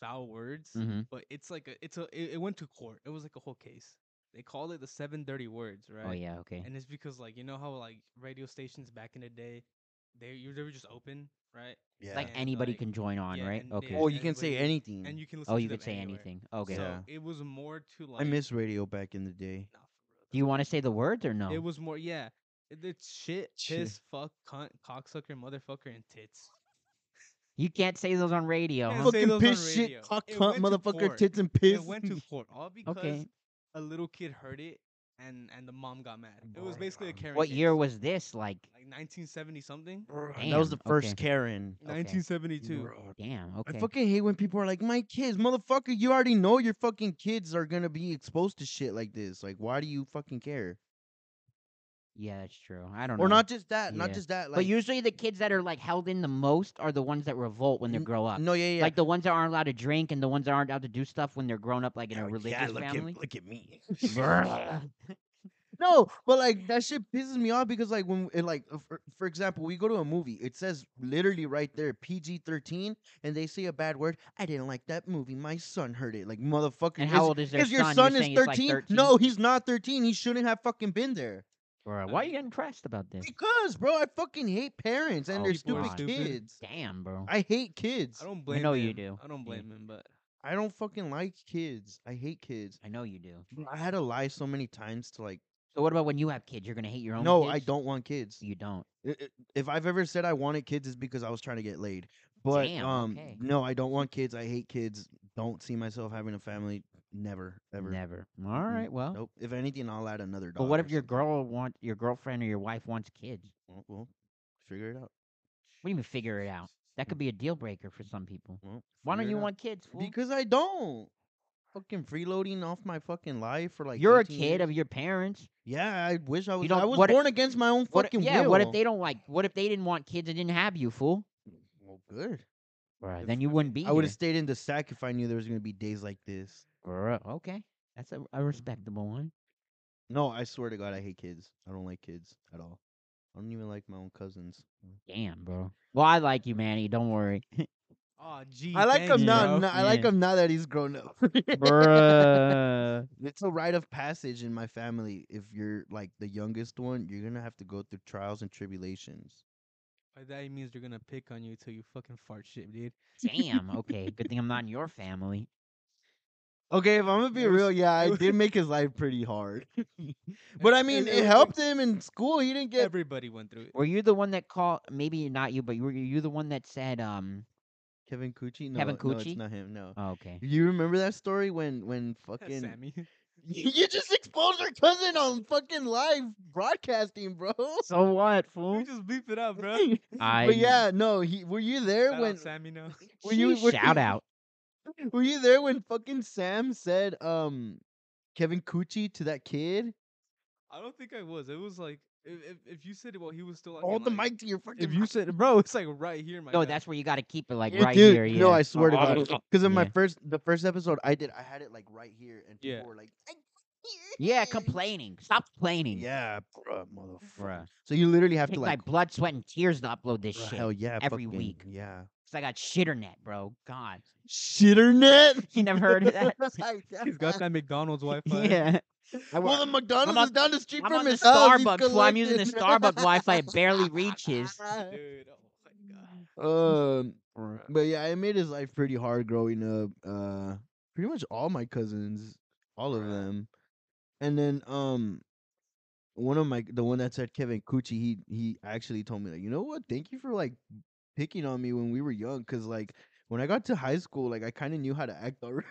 S3: foul words.
S1: Mhm.
S3: But it's like a, it's a, it, it went to court. It was like a whole case. They called it the seven dirty words, right?
S1: Oh yeah, okay.
S3: And it's because like you know how like radio stations back in the day, they you they were just open, right?
S2: Yeah.
S1: Like
S3: and,
S1: anybody
S3: like-
S1: can join on,
S3: yeah,
S1: right?
S3: and
S1: Okay.
S3: they-
S2: or you can say
S3: anybody-
S2: anything.
S3: And you can listen.
S1: oh,
S3: to
S1: you
S3: them
S1: could say
S3: anywhere.
S1: anything. Okay.
S3: So
S2: Yeah.
S3: it was more to like.
S2: I miss radio back in the day.
S3: Nah, for real,
S1: Do you want to say the words or no?
S3: It was more, yeah. it- It's shit,
S2: Shit.
S3: piss, fuck, cunt, cocksucker, motherfucker, and tits.
S1: you can't say those on radio.
S3: Can't
S1: huh?
S3: say
S2: Fucking
S3: those on
S2: piss,
S3: radio.
S2: shit, cock,
S3: It
S2: cunt,
S3: went to
S2: motherfucker,
S3: court.
S2: tits, and piss.
S3: It went to court all because
S1: Okay.
S3: a little kid heard it and and the mom got mad. It was
S2: Bruh.
S3: basically a Karen.
S1: What year
S3: case.
S1: was this? Like,
S3: Like 1970 something.
S2: Bruh, that was the
S1: Damn,
S2: first
S1: okay.
S2: Karen.
S3: 1972.
S2: Bruh.
S1: damn. Okay.
S2: I fucking hate when people are like, my kids, motherfucker, you already know your fucking kids are gonna be exposed to shit like this. Like, why do you fucking care?
S1: Yeah, that's true. I don't know.
S2: or not just that, not
S1: Yeah.
S2: just that. Like,
S1: but usually the kids that are like held in the most are the ones that revolt when they
S2: N-
S1: grow up.
S2: no, yeah, yeah, yeah.
S1: Like the ones that aren't allowed to drink and the ones that aren't allowed to do stuff when they're grown up, like in
S2: Oh, Yeah,
S3: Oh,
S1: a
S2: like,
S1: religious
S2: yeah, look
S1: family.
S2: At, look at me.
S1: Brrr.
S2: no, but like that shit pisses me off because like when it, like uh, for, for example, we go to a movie, it says literally right there PG thirteen, and they say a bad word. I didn't like that movie. My son heard it. Like motherfucker.
S1: and
S2: is-
S1: how old is their
S2: is your
S1: You're
S2: son is
S1: saying it's, like,
S2: 13?
S1: 13?
S2: No, he's not 13. He shouldn't have fucking been there.
S1: Bruh, why are you getting pressed about this?
S2: Because, bro, I fucking hate parents and
S1: Oh,
S2: their
S1: people
S2: stupid,
S1: are
S3: stupid.
S2: kids.
S1: Damn, bro.
S2: I hate kids.
S3: I don't blame.
S1: know you
S3: him.
S1: do.
S3: I don't
S1: Yeah.
S3: blame him, but
S2: I don't fucking like kids. I hate kids.
S1: I know you do.
S2: Bro, I had to lie so many times to like,
S1: So what about when you have kids? You're gonna hate your own.
S2: no, I
S1: kids?
S2: don't want kids.
S1: You don't.
S2: I- I- If I've ever said I wanted kids, it's because I was trying to get laid. But
S1: Damn,
S2: um,
S1: okay.
S2: no, I don't want kids. I hate kids. Don't see myself having a family. Never, ever. Mm,
S1: Never. All right. Well.
S2: Nope. If anything, I'll add another dog.
S1: But what
S2: or
S1: if your
S2: something.
S1: girl want your girlfriend or your wife wants kids?
S2: Well, well, figure it out.
S1: What do you mean figure it out? That could be a deal breaker for some people.
S2: Well,
S1: Why don't
S2: Mm. figure
S1: you
S2: it out.
S1: want kids? Fool?
S2: Because I don't. Fucking freeloading off my fucking life for like.
S1: you're a
S2: 18
S1: kid
S2: years.
S1: of your parents.
S2: Yeah, I wish I was.
S1: don't-
S2: I was
S1: what if-
S2: born against my own
S1: What,
S2: fucking
S1: yeah.
S2: will.
S1: What if they don't like? What if they didn't want kids and didn't have you, fool?
S2: Well, good.
S1: Right.
S3: If-
S1: Then you wouldn't be.
S2: I would have
S1: here.
S2: stayed in the sack if I knew there was gonna be days like this.
S1: Bruh, Okay. That's a, a respectable one.
S2: No, I swear to God, I hate kids. I don't like kids at all. I don't even like my own cousins.
S1: Damn, bro. Well, I like you, Manny. Don't worry.
S3: oh gee.
S2: I like
S3: thanks,
S2: him now.
S3: bro.
S2: now- I like
S1: Yeah.
S2: him now that he's grown up.
S1: Bruh.
S2: it's a rite of passage in my family. If you're like the youngest one, you're gonna have to go through trials and tribulations.
S3: By that he means they're gonna pick on you till you fucking fart shit, dude.
S1: Damn. Okay. Good thing I'm not in your family.
S2: Okay, if I'm gonna be
S3: It was-
S2: real, yeah,
S3: it
S2: I
S3: was-
S2: did make his life pretty hard. but I mean, it
S3: it was-
S2: helped him in school. He didn't get.
S3: Everybody went through it.
S1: Were you the one that called? Maybe not you, but you were you the one that said, um,
S2: Kevin Coochie? No,
S1: Kevin
S2: no, it's
S1: Cucci?
S2: not him. No.
S1: oh, okay.
S2: You remember that story when when fucking
S3: Sammy.
S2: you just exposed our cousin on fucking live broadcasting, bro.
S1: So what,
S3: You
S1: fool?
S3: just beep it out, bro.
S1: I
S2: but yeah, no, he were you there
S3: Shout out
S2: when
S3: Sammy now.
S2: were you- Oh were
S1: shout
S2: you-
S1: out?
S2: were you there when fucking Sam said um Kevin Coochie to that kid?
S3: I don't think I was. It was like if if, if you said it while he was still like,
S2: Hold
S3: in,
S2: the
S3: like-
S2: mic to your fucking.
S3: If you said it, bro, it's like right here, my
S1: No,
S3: guy.
S1: that's where you got to keep it, like
S2: Yeah,
S1: right
S2: dude,
S1: here.
S2: No,
S1: yeah.
S2: I swear to God. Because in my
S1: Yeah.
S2: first, the first episode I did, I had it like right here, and people
S3: Yeah.
S2: were like, I can't hear
S1: Yeah,
S2: it."
S1: complaining. Stop complaining.
S2: Yeah, bruh, motherfucker.
S1: Bruh.
S2: So you literally have
S1: Take
S2: to
S1: my
S2: like,
S1: blood, sweat, and tears to upload this
S2: bruh,
S1: shit.
S2: hell yeah,
S1: every
S2: fucking-
S1: week.
S2: Yeah,
S1: Cause I got shitternet, bro. God,
S2: shitternet.
S1: you never heard of that?
S3: he's got that McDonald's Wi-Fi.
S1: yeah. I
S2: Well, the
S1: wa-
S2: McDonald's
S1: on-
S2: is down the street
S1: I'm
S2: from
S1: on the
S2: his house. He's
S1: Starbucks, so I'm using the
S2: collecting.
S1: Starbucks Wi-Fi. It barely reaches.
S3: dude. Oh my god.
S2: um,
S1: Bruh.
S2: but yeah, I made his life pretty hard growing up. Uh, pretty much all my cousins, all of
S3: Bruh.
S2: them, and then um, one of my the one that said Kevin Coochie, he he actually told me like, you know what? Thank you for like picking on me when we were young, because like when I got to high school, like I kind of knew how to act already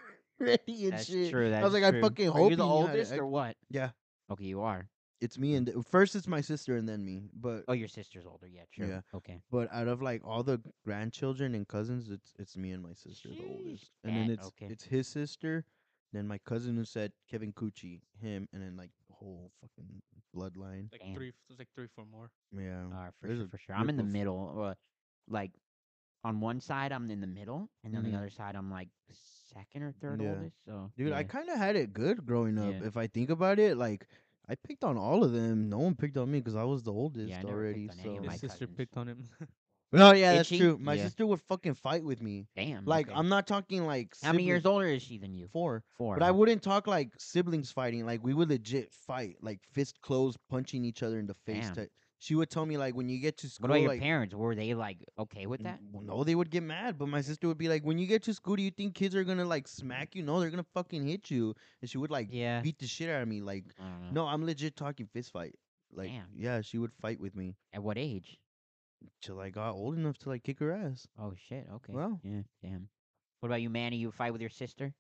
S2: and
S1: That's
S2: shit.
S1: true. That's
S2: I was like,
S1: true.
S2: I fucking
S1: Are
S2: hope
S1: you the
S2: he knew how to
S1: oldest
S2: act-
S1: or what?
S2: Yeah,
S1: Okay, you are.
S2: it's me and th- first it's my sister and then me, but
S1: Oh, your sister's older. Yeah, true.
S2: Yeah.
S1: Okay.
S2: But out of like all the grandchildren and cousins, it's it's me and my sister the oldest,
S1: Sheesh,
S2: and then
S1: that-
S2: it's
S1: okay.
S2: it's his sister, then my cousin who said Kevin Coochie, him, and then like the whole fucking bloodline.
S3: Like
S1: Damn.
S3: three, f- there's like three, four more.
S2: Yeah,
S1: All right, for
S2: Mm-hmm. There's
S1: sure,
S2: a
S1: for sure. I'm in the
S2: ripple.
S1: middle. Uh, like on one side, I'm in the middle, and on
S2: Mhm.
S1: the other side, I'm like second or third
S2: Yeah.
S1: oldest. So,
S2: dude, I
S1: yeah.
S2: kind of had it good growing up.
S1: Yeah.
S2: If I think about it, like I picked on all of them. No one picked on me because I was the oldest
S1: I never picked
S2: already.
S1: on any
S2: So
S1: of
S3: His
S1: my
S3: sister
S1: cousins.
S3: picked on him.
S2: no, yeah, that's
S1: Itchy?
S2: true. My
S1: Yeah.
S2: sister would fucking fight with me.
S1: damn.
S2: Like
S1: okay.
S2: I'm not talking like
S1: How many years
S2: sibling-
S1: older is she than you?
S2: Four.
S1: Four.
S2: But I
S1: huh?
S2: wouldn't talk like siblings fighting. Like we would legit fight, like fist closed, punching each other in the face.
S1: Damn.
S2: Type. She would tell me like when you get to school,
S1: What about your
S2: like
S1: parents? Were they like okay with
S2: "N-
S1: that?
S2: well, no, they would get mad. But my sister would be like, when you get to school, do you think kids are gonna like smack you? No, they're gonna fucking hit you. And she would like
S1: Yeah.
S2: beat the shit out of me. Like
S1: I don't know.
S2: no, I'm legit talking fist fight. Like
S1: Damn.
S2: yeah, she would fight with me
S1: At what age?
S2: till I got old enough to like kick her ass.
S1: Oh shit. Okay.
S2: Well.
S1: Yeah. Damn. What about you, Manny? You fight with your sister?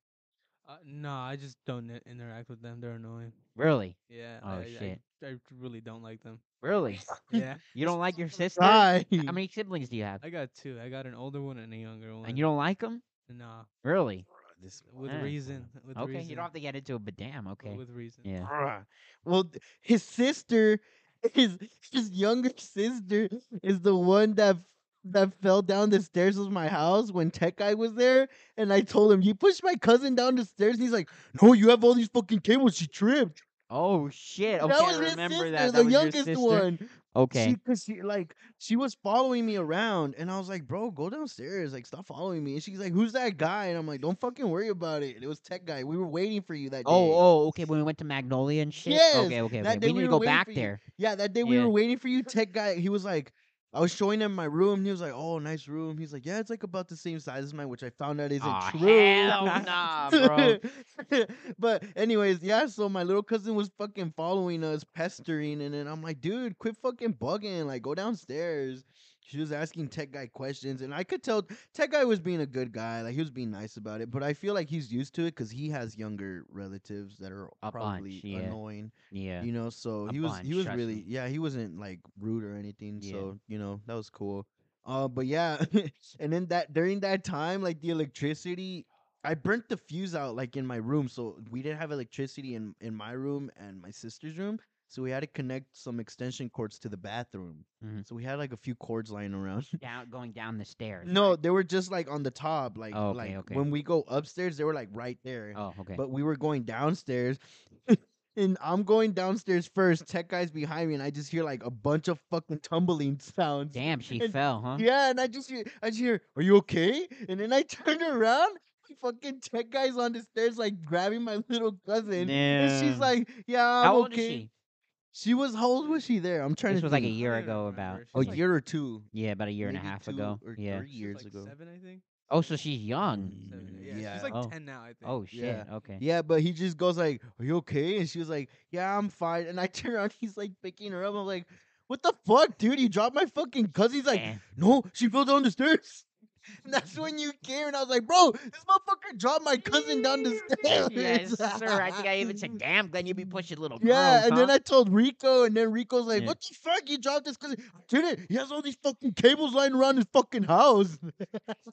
S3: uh, nah, I just don't i- interact with them. They're annoying.
S1: Really?
S3: Yeah.
S1: Oh,
S3: I, I-
S1: shit.
S3: I, really don't like them.
S1: Really?
S3: Yeah.
S1: You don't like your sister?
S2: Hi.
S1: How many siblings do you have?
S3: I got two. I got an older one and a younger one.
S1: And you don't like them?
S3: Nah,
S1: Really?
S2: Oh, This-
S3: with
S1: Yeah.
S3: reason. With
S1: okay.
S3: reason.
S1: You don't have to get into it, but damn.
S3: but
S1: Okay.
S3: With reason.
S1: Yeah.
S2: Bruh. Well, th- his sister his his younger sister is the one that f- that fell down the stairs of my house when Tech Guy was there, and I told him you pushed my cousin down the stairs. And he's like, "No, you have all these fucking cables. She tripped."
S1: Oh shit! Okay,
S2: that was
S1: I
S2: his
S1: remember
S2: sister,
S1: that.
S2: the
S1: that was your
S2: youngest
S1: sister.
S2: one.
S1: Okay.
S2: because she, like she was following me around, and I was like, "Bro, go downstairs. Like, stop following me." And she's like, "Who's that guy?" And I'm like, "Don't fucking worry about it. It was Tech Guy. We were waiting for you that day."
S1: Oh, oh, okay. When we went to Magnolia and shit.
S2: Yes,
S1: okay, okay,
S2: that
S1: okay.
S2: day
S1: We
S2: we
S1: need to go
S2: were waiting
S1: back
S2: for you.
S1: there.
S2: Yeah, that day we
S1: Yeah.
S2: were waiting for you. Tech guy, he was like, I was showing him my room. And he was like, "Oh, nice room." He's like, "Yeah, it's like about the same size as mine," which I found out isn't
S1: Aw,
S2: true.
S1: hell nah, bro.
S2: but anyways, yeah. So my little cousin was fucking following us, pestering, and then I'm like, "Dude, quit fucking bugging. Like, go downstairs." She was asking tech guy questions, and I could tell tech guy was being a good guy. Like he was being nice about it, but I feel like he's used to it because he has younger relatives that are
S1: A
S2: probably
S1: bunch, yeah.
S2: annoying
S1: Yeah.
S2: you know so
S1: A
S2: he was
S1: bunch,
S2: he was
S1: trust
S2: really
S1: me.
S2: yeah he wasn't like rude or anything
S1: Yeah.
S2: so you know that was cool uh but yeah and then that during that time like the electricity i burnt the fuse out like in my room so we didn't have electricity in in my room and my sister's room so we had to connect some extension cords to the bathroom
S1: Mhm.
S2: so we had like a few cords lying around
S1: Down, going down the stairs.
S2: no
S1: right?
S2: they were just like on the top like
S1: Oh, okay,
S2: like
S1: okay.
S2: when we go upstairs they were like right there
S1: Oh, okay.
S2: but we were going downstairs. And I'm going downstairs first. Tech guy's behind me, and I just hear like a bunch of fucking tumbling sounds.
S1: Damn, she
S2: and-
S1: fell, huh?
S2: Yeah, and I just hear, I just hear, "Are you okay?" And then I turn around. Fucking tech guy's on the stairs, like grabbing my little cousin. And she's
S1: Damn.
S2: like, "Yeah, I'm
S1: How old
S2: okay."
S1: is she?
S2: She was how old was she there? I'm trying
S1: This
S2: to.
S1: was like a
S2: think.
S1: year
S3: I don't
S1: ago,
S3: remember.
S1: about
S3: She's
S2: a
S1: oh
S3: like-
S2: year or two,
S1: yeah, about a year and a
S2: maybe
S1: half
S2: two
S1: ago.
S2: or
S1: Yeah.
S2: three years
S3: like
S2: ago.
S3: Seven, I think.
S1: Oh, so she's young.
S3: Seven.
S2: Mm,
S3: Yeah, she's like
S1: Oh.
S3: ten now. I think.
S1: Oh shit.
S2: Yeah.
S1: Okay.
S2: Yeah, but he just goes like, "Are you okay?" And she was like, "Yeah, I'm fine." And I turn around, he's like picking her up. I'm like, "What the fuck, dude? You dropped my fucking cousin." He's like,
S1: Damn.
S2: "No, she fell down the stairs." And that's when you came, and I was like, "Bro, this motherfucker dropped my cousin down the stairs."
S1: yes, sir. I think I even said, "Damn, Glenn, you be pushing little girls."
S2: Yeah, and
S1: huh?"
S2: then I told Rico, and then Rico's like,
S1: Yeah.
S2: "What the fuck? You dropped this cousin? Did it? He has all these fucking cables lying around his fucking house."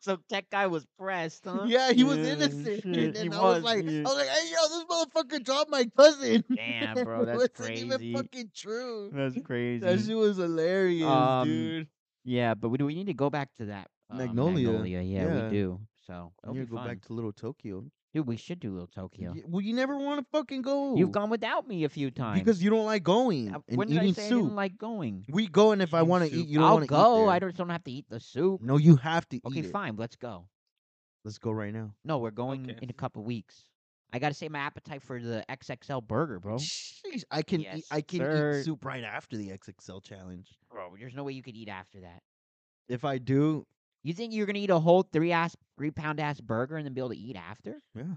S1: so tech guy was pressed, huh?
S2: Yeah, he was
S1: Yeah,
S2: innocent.
S1: Mm, shit, he
S2: And I was,
S1: was,
S2: like, "Oh,
S1: yeah.
S2: I was like, hey yo, this motherfucker dropped my cousin.
S1: Damn, bro, that's
S2: wasn't
S1: crazy.
S2: even fucking true.
S1: That's crazy.
S2: That shit was hilarious,
S1: Um,
S2: dude.
S1: Yeah, but we do we need to go back to that uh,
S2: Magnolia,
S1: Yeah,
S2: yeah.
S1: we do. So it'll be
S2: go
S1: fun.
S2: back to little Tokyo.
S1: Dude, we should do Little Tokyo.
S2: Y- Well, you never want to fucking go.
S1: You've gone without me a few times.
S2: because you don't like going
S1: Uh,
S2: and
S1: when did I
S2: eating
S1: say I
S2: soup.
S1: didn't like going?
S2: we go, and if I
S3: Eating
S2: want to
S3: soup.
S2: eat, you don't
S1: I'll
S2: want to
S1: go.
S2: Eat there.
S1: I don't, don't have to eat the soup.
S2: No, you have to
S1: okay,
S2: eat. it.
S1: fine. Let's go.
S2: Let's go right now.
S1: No, we're going
S3: Okay.
S1: in a couple weeks. I gotta save my appetite for the XXL burger, bro.
S2: Sheesh, I can
S1: Yes,
S2: eat, I can
S1: sir.
S2: eat soup right after the XXL challenge.
S1: Bro, there's no way you could eat after that.
S2: If I do,
S1: You think you're gonna eat a whole three ass three pound ass burger and then be able to eat after?
S2: yeah,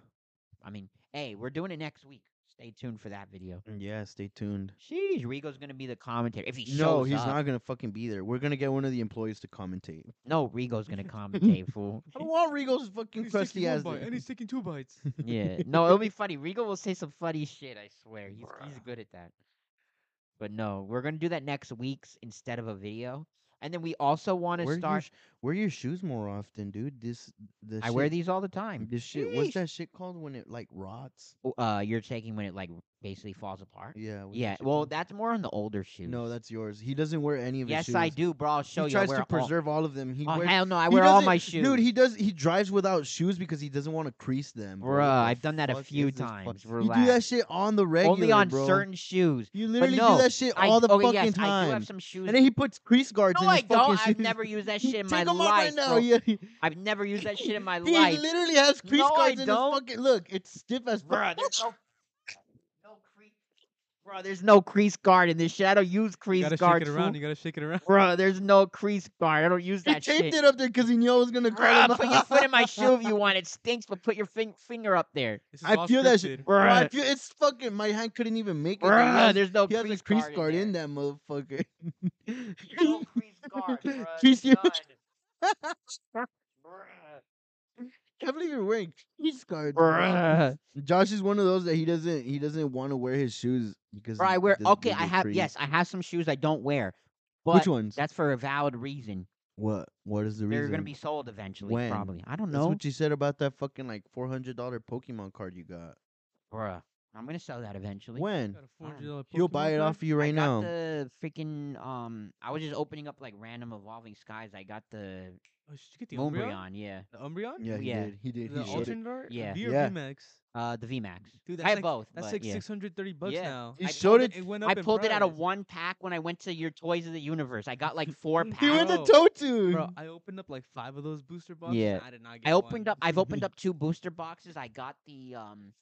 S1: I mean, hey, we're doing it next week. Stay tuned for that video.
S2: yeah. Stay tuned.
S1: Sheesh, Rigo's gonna be the commentator. If he shows
S2: No, he's
S1: up.
S2: not gonna fucking be there. We're gonna get one of the employees to commentate.
S1: No, Rigo's gonna commentate, fool.
S2: I don't want Rigo's fucking
S3: He's taking
S2: crusty
S3: one
S2: ass.
S3: bite, and he's taking two bites.
S1: Yeah. No, it'll be funny. Rigo will say some funny shit, I swear. He's he's
S3: Bruh.
S1: good at that. But no, we're gonna do that next week's instead of a video. And then we also wanna
S2: Wear your,
S1: start
S2: sh- wear your shoes more often, dude. This the
S1: I wear
S2: shit-
S1: these all the time.
S2: This shit. What's
S1: Sheesh.
S2: that shit called when it like rots?
S1: Oh, Uh you're taking when it like basically falls apart.
S2: Yeah. what's that
S1: Yeah,
S2: shit
S1: well
S2: called?
S1: that's more on the older shoes.
S2: no, that's yours. He doesn't wear any of his
S1: Yes,
S2: shoes.
S1: I do, bro. I'll show
S2: he
S1: you. I
S2: tries
S1: wear
S2: to preserve all, of them. He
S1: All, oh
S2: wears.
S1: hell no! I
S2: he
S1: wear all
S2: doesn't-
S1: my shoes,
S2: Dude, he does. He drives without shoes because he doesn't want to crease them. bro. What
S1: Bruh,
S2: the
S1: I've done that a
S2: fuck
S1: few
S2: is this fu-
S1: times,
S2: You do that
S1: relax.
S2: shit on the regular.
S1: only on
S2: bro.
S1: certain shoes.
S2: You
S1: But
S2: literally
S1: no,
S2: do that shit
S1: I-
S2: all the
S1: okay,
S2: fucking
S1: yes,
S2: time.
S1: I do have some shoes.
S2: And then he puts crease guards
S1: no,
S2: in
S1: I
S2: his fucking
S1: don't. I've
S2: shoes.
S1: never used that shit in my
S2: Take 'em off
S1: life,
S2: right now.
S1: bro.
S2: Yeah. He
S1: I've never used that shit in my life,
S2: literally has crease
S1: No, I
S2: guards in
S1: don't.
S2: his fucking look. It's stiff as
S1: bro.
S2: fuck.
S1: There's no, no crease, bro. There's no crease guard in this shit. I don't use
S3: you
S1: crease
S3: gotta
S1: guard,
S3: shake it around. You gotta shake it around.
S1: bro. There's no crease guard. I don't use
S2: He
S1: that
S2: taped
S1: shit.
S2: it up there because he knew I was gonna call
S1: Bruh,
S2: him.
S1: put your foot in my shoe if you want. It stinks, but put your fin- finger up there.
S3: This is
S2: I
S3: all
S2: feel that shit.
S3: scripted.
S2: Bro, I
S1: Bruh.
S2: feel it's fucking. My hand couldn't even make it.
S1: Bruh,
S2: he has,
S1: there's no
S2: he has
S1: crease
S2: a crease guard,
S1: guard in
S2: in, that motherfucker.
S1: No crease guard, bruh.
S2: Crease your-
S1: None. Bruh.
S2: can't believe you're wearing crease guards. bro.
S1: Bruh.
S2: Josh is one of those that he doesn't he doesn't want to wear his shoes because.
S1: Bro, I
S2: he
S1: wear
S2: doesn't
S1: okay.
S2: give
S1: I
S2: it
S1: have
S2: crease.
S1: yes, I have some shoes I don't wear, but
S2: Which ones?
S1: that's for a valid reason.
S2: What? What is the reason?
S1: They're gonna be sold eventually,
S2: When?
S1: probably. I don't
S2: That's
S1: know,
S2: what you said about that fucking like four hundred dollar Pokemon card you got.
S1: bruh. I'm gonna sell that eventually.
S2: When?
S3: Got a four
S1: Fine.
S3: hundred dollar
S2: He'll buy it off of you
S1: I
S2: right
S1: got
S2: now.
S1: the freaking um. I was just opening up like random evolving skies. I got the
S3: Oh, did you get the Umbreon?
S1: Moonbryon, yeah.
S3: The Umbreon?
S2: yeah, he
S1: yeah.
S2: did. He did.
S3: The
S2: He showed it.
S3: alternate art?
S1: Yeah.
S3: V or
S2: Yeah.
S3: VMAX?
S1: Uh, the VMAX.
S3: Dude,
S1: I
S3: that's
S1: have
S3: like,
S1: both.
S3: That's
S1: but
S3: like
S1: yeah.
S3: 630 bucks
S1: Yeah.
S3: now.
S2: He
S3: I
S2: showed
S3: pulled
S2: it-
S3: went up
S1: I
S3: in
S1: pulled it out of
S3: price.
S1: one pack when I went to your Toys of the Universe. I got like four
S3: You
S1: packs.
S2: He went to
S3: Bro.
S2: Totu.
S3: Bro, I opened up like five of those booster boxes.
S1: Yeah.
S3: and I did not get
S1: I opened
S3: one.
S1: up. I've opened up two booster boxes. I got the um,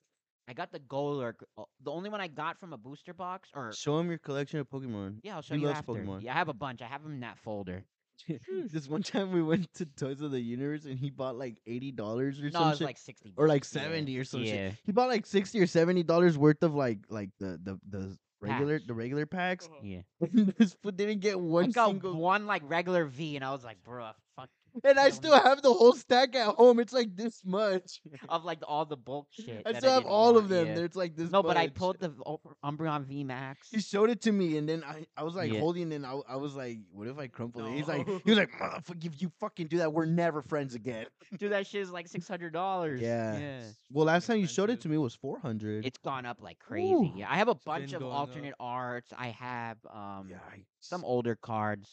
S1: I got the Golurk. uh, The only one I got from a booster box, or
S2: Show him your collection of Pokemon.
S1: yeah, I'll show
S2: He
S1: you
S2: loves
S1: after.
S2: Pokemon.
S1: Yeah, I have a bunch. I have them in that folder.
S2: this one time we went to Toys of the Universe and he bought like eighty dollars or
S1: No,
S2: some
S1: it's
S2: shit,
S1: like sixty.
S2: or like
S1: bucks, yeah.
S2: seventy or some
S1: yeah.
S2: shit. He bought like sixty or seventy dollars worth of like like the the the regular
S1: Packs.
S2: the regular packs.
S1: Yeah,
S2: this foot didn't get
S1: I
S2: one
S1: got
S2: single.
S1: one like regular V, and I was like, bruh, fuck.
S2: And I
S1: so
S2: still have the whole stack at home. It's like this much.
S1: of like all the bulk shit.
S2: I
S1: that
S2: still have
S1: didn't
S2: all of
S1: want,
S2: them.
S1: yeah.
S2: There's like this.
S1: No, but I
S2: much.
S1: pulled the Ul- Umbreon V Max.
S2: He showed it to me, and then I, I was like
S1: Yeah.
S2: holding, it, and I, I was like, "What if I crumple it?" He's like,
S3: No.
S2: "He was like, motherfucker, if you fucking do that, we're never friends again."
S1: Dude, that shit is like six hundred dollars.
S2: Yeah.
S1: yeah.
S2: Well, last time you showed it to me was four hundred.
S1: It's gone up like crazy.
S2: Ooh.
S1: Yeah, I have a
S3: been
S1: bunch of
S3: going up.
S1: alternate arts. I have um some older cards.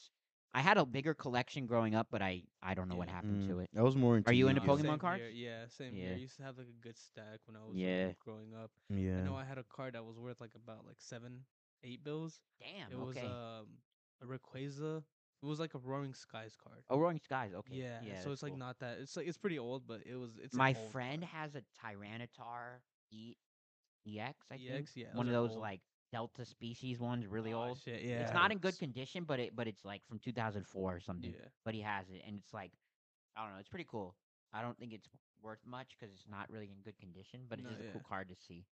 S1: I had a bigger collection growing up, but I I don't know what
S3: Yeah. mm.
S1: happened to it.
S2: I Mm, was more into.
S1: Are you
S2: Yu-Gi-Oh.
S1: into Pokemon
S3: same
S1: cards?
S3: Here. Yeah, same
S1: Yeah.
S3: here. I used to have like a good stack when I was
S1: Yeah.
S3: like, growing up.
S2: Yeah.
S3: I know I had a card that was worth like about like seven, eight bills.
S1: Damn.
S3: it was
S1: okay.
S3: um a Rayquaza. It was like a Roaring Skies card.
S1: oh, Rolling Skies. Okay.
S3: Yeah,
S1: Yeah.
S3: so
S1: that's
S3: it's like
S1: cool.
S3: not that. It's like it's pretty old, but it was. It's an
S1: My
S3: old
S1: friend
S3: card.
S1: has a Tyranitar E EX. I think
S3: EX, E yeah,
S1: one of
S3: are
S1: those
S3: old.
S1: like Delta species ones, really
S3: Aw,
S1: old.
S3: Shit, yeah,
S1: It's not in good condition, but it but it's like from 2004 or something.
S3: Yeah,
S1: But he has it, and it's like I don't know. It's pretty cool. I don't think it's worth much because it's not really in good condition, but it is
S3: No,
S1: a cool
S3: yeah.
S1: card to see.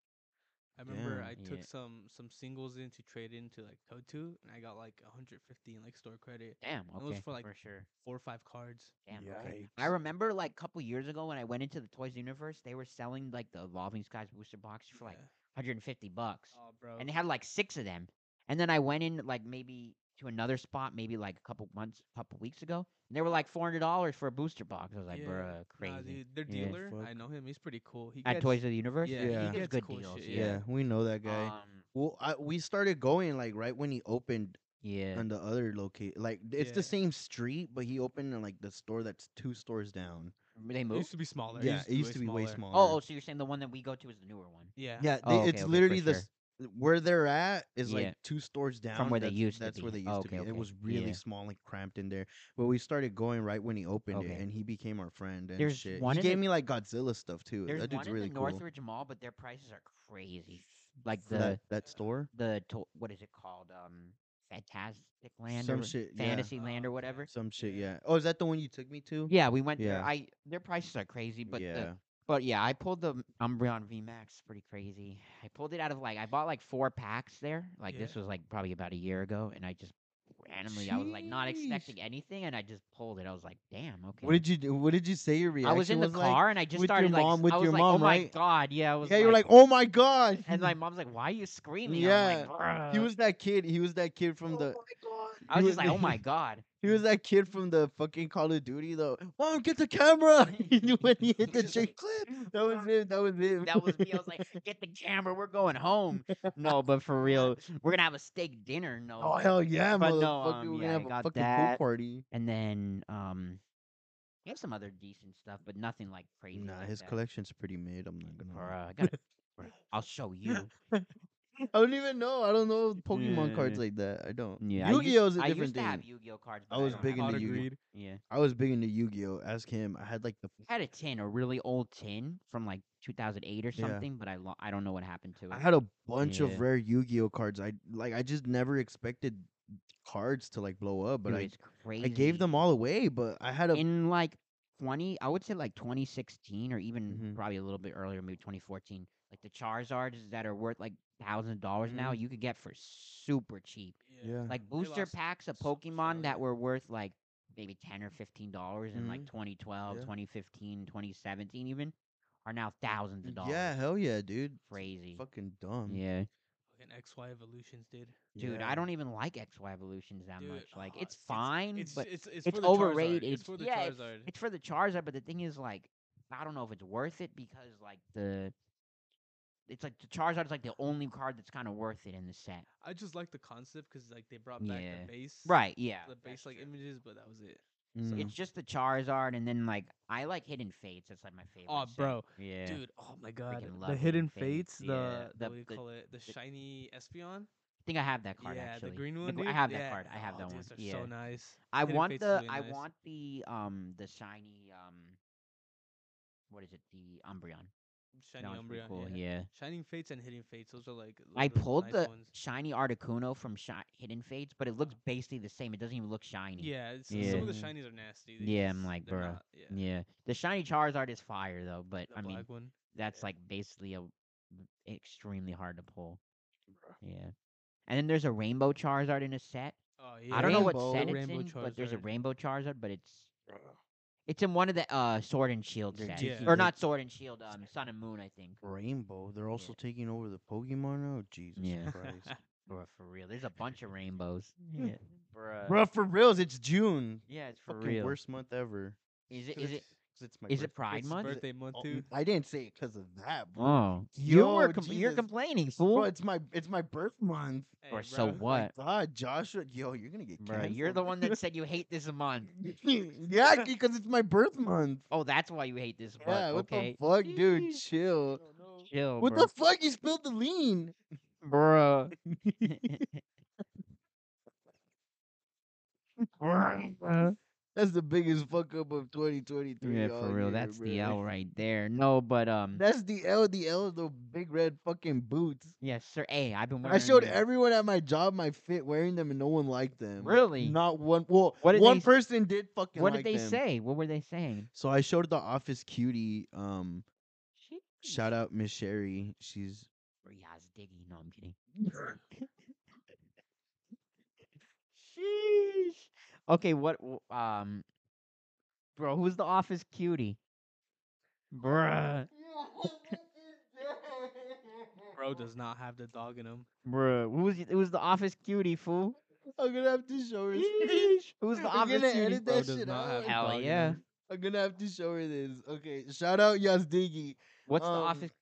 S3: I remember
S2: Damn.
S3: I took
S1: Yeah.
S3: some some singles in to trade in to like Totu, and I got like 150 in like store credit,
S1: Damn.
S3: And
S1: Okay.
S3: it was for, like,
S1: sure.
S3: four or five cards.
S1: Damn. Okay. I remember like a couple years ago when I went into the Toys Universe, they were selling like the Evolving Skies booster box for like
S3: Yeah.
S1: 150 bucks,
S3: oh, bro,
S1: and they had like six of them. And then I went in like maybe to another spot, maybe like a couple months, a couple weeks ago, and they were like 400 dollars for a booster box. I was like,
S3: Yeah.
S1: bruh, crazy.
S3: Nah, dude, their
S1: Yeah.
S3: dealer,
S2: Fuck.
S3: I know him. He's pretty cool. He
S1: At
S3: gets,
S1: Toys of the Universe,
S3: yeah,
S2: he
S1: he
S3: gets
S1: gives good
S3: cool
S1: deals.
S3: shit,
S2: yeah.
S1: yeah.
S2: we know that guy.
S1: Um,
S2: well, I, we started going like right when he opened
S1: yeah.
S2: on the other location. Like it's the
S3: Yeah.
S2: same street, but he opened in like the store that's two stores down.
S1: They
S3: It used
S1: moved.
S3: to be smaller.
S2: yeah, it used to be way
S3: smaller.
S2: smaller.
S1: Oh, oh, so you're saying the one that we go to is the newer one?
S3: Yeah.
S2: yeah,
S1: Oh,
S2: they-
S1: okay,
S2: it's
S1: okay, for
S2: literally
S1: sure.
S2: this where they're at is
S1: Yeah.
S2: like two stores down
S1: where they
S2: that's-
S1: used to
S2: That's where
S1: be.
S2: they used
S1: Oh,
S2: to be.
S1: okay,
S2: It
S1: okay.
S2: was really
S1: Yeah.
S2: small and cramped in there. But we started going right when he opened
S1: Okay.
S2: it, and he became our friend. And
S1: There's
S2: shit.
S1: one
S2: he
S1: in the-
S2: gave me like Godzilla stuff too.
S1: There's
S2: that
S1: one
S2: dude's
S1: in
S2: really
S1: the
S2: cool.
S1: Northridge Mall, but their prices are crazy. Like
S2: For
S1: the
S2: that, that store.
S1: the to- what is it called? Um, Fantastic Land
S2: Some
S1: or
S2: shit, yeah.
S1: Fantasy
S3: Oh,
S1: Land or
S3: okay.
S1: whatever.
S2: Some shit,
S3: Yeah.
S2: yeah. Oh, is that the one you took me to?
S1: Yeah, we went there.
S2: Yeah.
S1: I their prices are crazy, but
S2: yeah.
S1: the, but yeah, I pulled the Umbreon V Max pretty crazy. I pulled it out of like I bought like four packs there. Like
S3: Yeah.
S1: this was like probably about a year ago, and I just randomly I was like not
S2: Jeez.
S1: expecting anything, and I just pulled it. I was like, damn, okay.
S2: What did you do? What did you say your
S1: I
S2: reaction
S1: was in the
S2: like?
S1: car and I just
S2: with your
S1: started like
S2: mom-
S1: s-
S2: with
S1: I was
S2: your
S1: like, oh
S2: mom,
S1: my
S2: right?
S1: god, yeah, I was
S2: yeah, you're like, oh my god.
S1: and my mom's like, why are you screaming?
S2: Yeah,
S1: I'm like,
S2: he
S1: "Bruh."
S2: was that kid. He was that kid from the.
S1: I
S2: he
S1: was just like, oh my god.
S2: He was that kid from the fucking Call of Duty though. Mom, get the camera when he hit the J clip. That was him. That was him.
S1: That was me. I was like, get the camera. We're going home. No, but for real, we're gonna have a steak dinner. No.
S2: oh hell yeah,
S1: But
S2: motherfucker!
S1: no, um,
S2: We're
S1: yeah, I
S2: gonna have
S1: got
S2: a fucking pool
S1: that.
S2: party.
S1: And then um, we have some other decent stuff, but nothing like crazy.
S2: Nah,
S1: like
S2: his
S1: that.
S2: collection's pretty mid. I'm not gonna. lie.
S1: Bruh, I gotta, bruh, I'll show you.
S2: I don't even know. I don't know Pokemon
S1: Yeah.
S2: cards like that. I don't.
S1: Yeah, I used-
S2: Yu-Gi-Oh's a
S1: I
S2: different
S1: used to
S2: thing.
S1: have Yu-Gi-Oh cards.
S2: I
S1: but
S2: was
S1: don't
S2: big
S1: have
S2: into
S1: them.
S2: Yu-Gi-Oh.
S3: Agreed.
S1: Yeah.
S2: I was big into Yu-Gi-Oh. Ask him. I had like the.
S1: I had a tin, a really old tin from like 2008 or
S2: Yeah.
S1: something, but I lo- I don't know what happened to it.
S2: I had a bunch
S1: Yeah.
S2: of rare Yu-Gi-Oh cards. I like. I just never expected cards to like blow up, but
S1: Dude,
S2: I
S1: it's crazy.
S2: I gave them all away. But I had a.
S1: in like 20 i would say like 2016 or even
S3: Mm-hmm.
S2: Mhm.
S1: probably a little bit earlier maybe 2014 like the charizards that are worth like thousand dollars now you could get for super cheap
S2: yeah.
S1: like
S3: Mm-hmm. Uh, They
S1: booster
S3: lost
S1: packs of
S3: so much
S1: pokemon that
S3: value.
S1: were worth like maybe 10 or 15 dollars in like
S3: Mm-hmm.
S2: Mhm.
S1: 2012
S2: Yeah.
S1: 2015 2017 even are now thousands
S3: Mm,
S1: of dollars
S2: Yeah, hell yeah, dude. It's
S1: crazy
S2: Fucking dumb.
S1: yeah
S3: Fucking XY evolutions, dude.
S1: dude i
S2: Yeah.
S1: don't even like xy evolutions that
S3: Dude,
S1: much like
S3: ah,
S1: it's fine
S3: It's
S1: but
S3: it's it's,
S1: it's
S3: for the
S1: overrated.
S3: Charizard.
S1: It's-
S3: It's for the
S1: yeah,
S3: Charizard.
S1: it's for the Charizard, but the thing is, like, I don't know if it's worth it because, like, the it's like the Charizard's like the only card that's kind of worth it in the set.
S3: I just like the concept because like they brought back
S1: Yeah.
S3: the base,
S1: Right? Yeah.
S3: The base
S1: that's
S3: like mm-hmm.
S1: true.
S3: images, but that was it.
S2: Mm.
S1: It's just the Charizard, and then like I like Hidden Fates. That's like my favorite.
S3: Oh,
S1: set.
S3: bro,
S1: yeah,
S3: dude, oh my god,
S1: love
S3: the
S1: Hidden
S3: hidden
S1: Fates,
S3: fates,
S1: yeah,
S3: the,
S1: the-
S3: what do you
S1: the-
S3: call it, the shiny Espeon.
S1: I think I have that card
S3: yeah,
S1: actually.
S3: the green one.
S1: gr- I
S3: dude?
S1: have that
S3: Yeah.
S1: card. I have
S3: Oh,
S1: that
S3: dude,
S1: one.
S3: They're
S1: yeah.
S3: so nice.
S1: I
S3: Hidden
S1: want
S3: Fates is
S1: the
S3: really
S1: I
S3: nice.
S1: want the um the shiny um what is it the Umbreon.
S3: shiny
S1: That one's pretty
S3: Umbreon.
S1: cool.
S3: yeah.
S1: Yeah.
S3: Shining Fates and Hidden Fates. Those are like l-
S1: I
S3: the
S1: pulled
S3: nice
S1: the
S3: ones. Uh-huh.
S1: shiny Articuno from shi- Hidden Fates, but it looks basically the same. It doesn't even look shiny.
S3: Yeah, it's,
S1: Yeah.
S3: some of the shinies are nasty. They
S1: Yeah, I'm
S3: just-
S1: like,
S3: they're
S1: bruh,
S3: not- yeah.
S1: Yeah. The shiny Charizard is fire though, but
S3: The
S1: I
S3: black
S1: mean
S3: one.
S1: that's like basically a extremely hard to pull. Yeah. And then there's a rainbow Charizard in a set.
S3: Oh, yeah.
S1: I don't know what
S2: Rainbow-
S1: set it's
S3: Rainbow
S1: in, but there's a
S3: Charizard.
S1: rainbow Charizard, but it's It's in one of the uh Sword and Shield
S2: They're
S1: sets.
S3: taking
S1: Or
S2: the-
S1: not Sword and Shield, um Sun and Moon, I think.
S2: Rainbow. They're also taking over the Pokemon now. Jesus
S1: Yeah.
S2: Christ.
S1: Bruh, for real. There's a bunch of rainbows.
S2: Yeah.
S1: Hmm. Bruh.
S2: Bruh, for reals, it's June.
S1: Yeah, it's for
S2: Fucking
S1: real.
S2: worst month ever.
S1: Is it
S3: Because
S1: is it
S3: it's-
S2: Cause it's my
S1: is it
S2: birth-
S1: Pride
S3: it's
S1: Month?
S3: birthday month,
S2: Oh,
S3: dude.
S2: I didn't say it because of that, bro.
S1: Oh. You were
S2: Yo,
S1: com- you're
S2: Jesus.
S1: complaining,
S2: Bro,
S1: fool.
S2: it's my it's my birth month.
S3: Hey,
S1: Or so
S3: bruh.
S1: what?
S2: God, Joshua, yo, you're gonna get
S1: Bruh, you're the
S2: canceled.
S1: one that said you hate this month.
S2: yeah, because it's my birth month.
S1: Oh, that's why you hate this month.
S2: Yeah, what
S1: okay.
S2: the fuck, dude?
S1: Jeez.
S3: I
S2: Chill.
S3: don't know.
S1: Chill,
S2: What
S1: bro.
S2: the fuck? You spilled the lean.
S1: Bruh. Bruh.
S2: That's the biggest fuck up of 2023.
S1: Yeah, for
S2: all
S1: real.
S2: year,
S1: That's the
S2: oh, bruh.
S1: L right there. No, but um
S2: That's the L. The L is the big red fucking boots.
S1: Yes, sir. Hey, I've been wearing.
S2: I showed
S1: these.
S2: everyone at my job my fit wearing them, and no one liked them.
S1: Really?
S2: Not one. Well,
S1: What did
S2: one
S1: they s-
S2: person did fucking.
S1: What
S2: like
S1: did they
S2: them.
S1: say? What were they saying?
S2: So I showed the office cutie. Um,
S1: Jeez.
S2: shout out Miss Sherry. She's
S1: Riaz Diggy. No, I'm kidding. Sheesh. Okay, what? w- Um, bro, who's the office cutie? Bruh,
S3: Bro does not have the dog in him.
S1: bruh. Who was it? Was the office cutie fool?
S2: I'm gonna have to show her. this.
S1: Sheesh. Who's
S2: I'm
S1: the
S2: gonna
S1: office cutie?
S2: edit
S3: Bro
S2: that
S3: does
S2: shit
S3: not have
S2: out.
S3: the
S1: Hell
S3: dog in
S1: yeah.
S3: him.
S2: I'm gonna have to show her this. Okay, shout out Yazdigi.
S1: What's the
S2: um,
S1: office?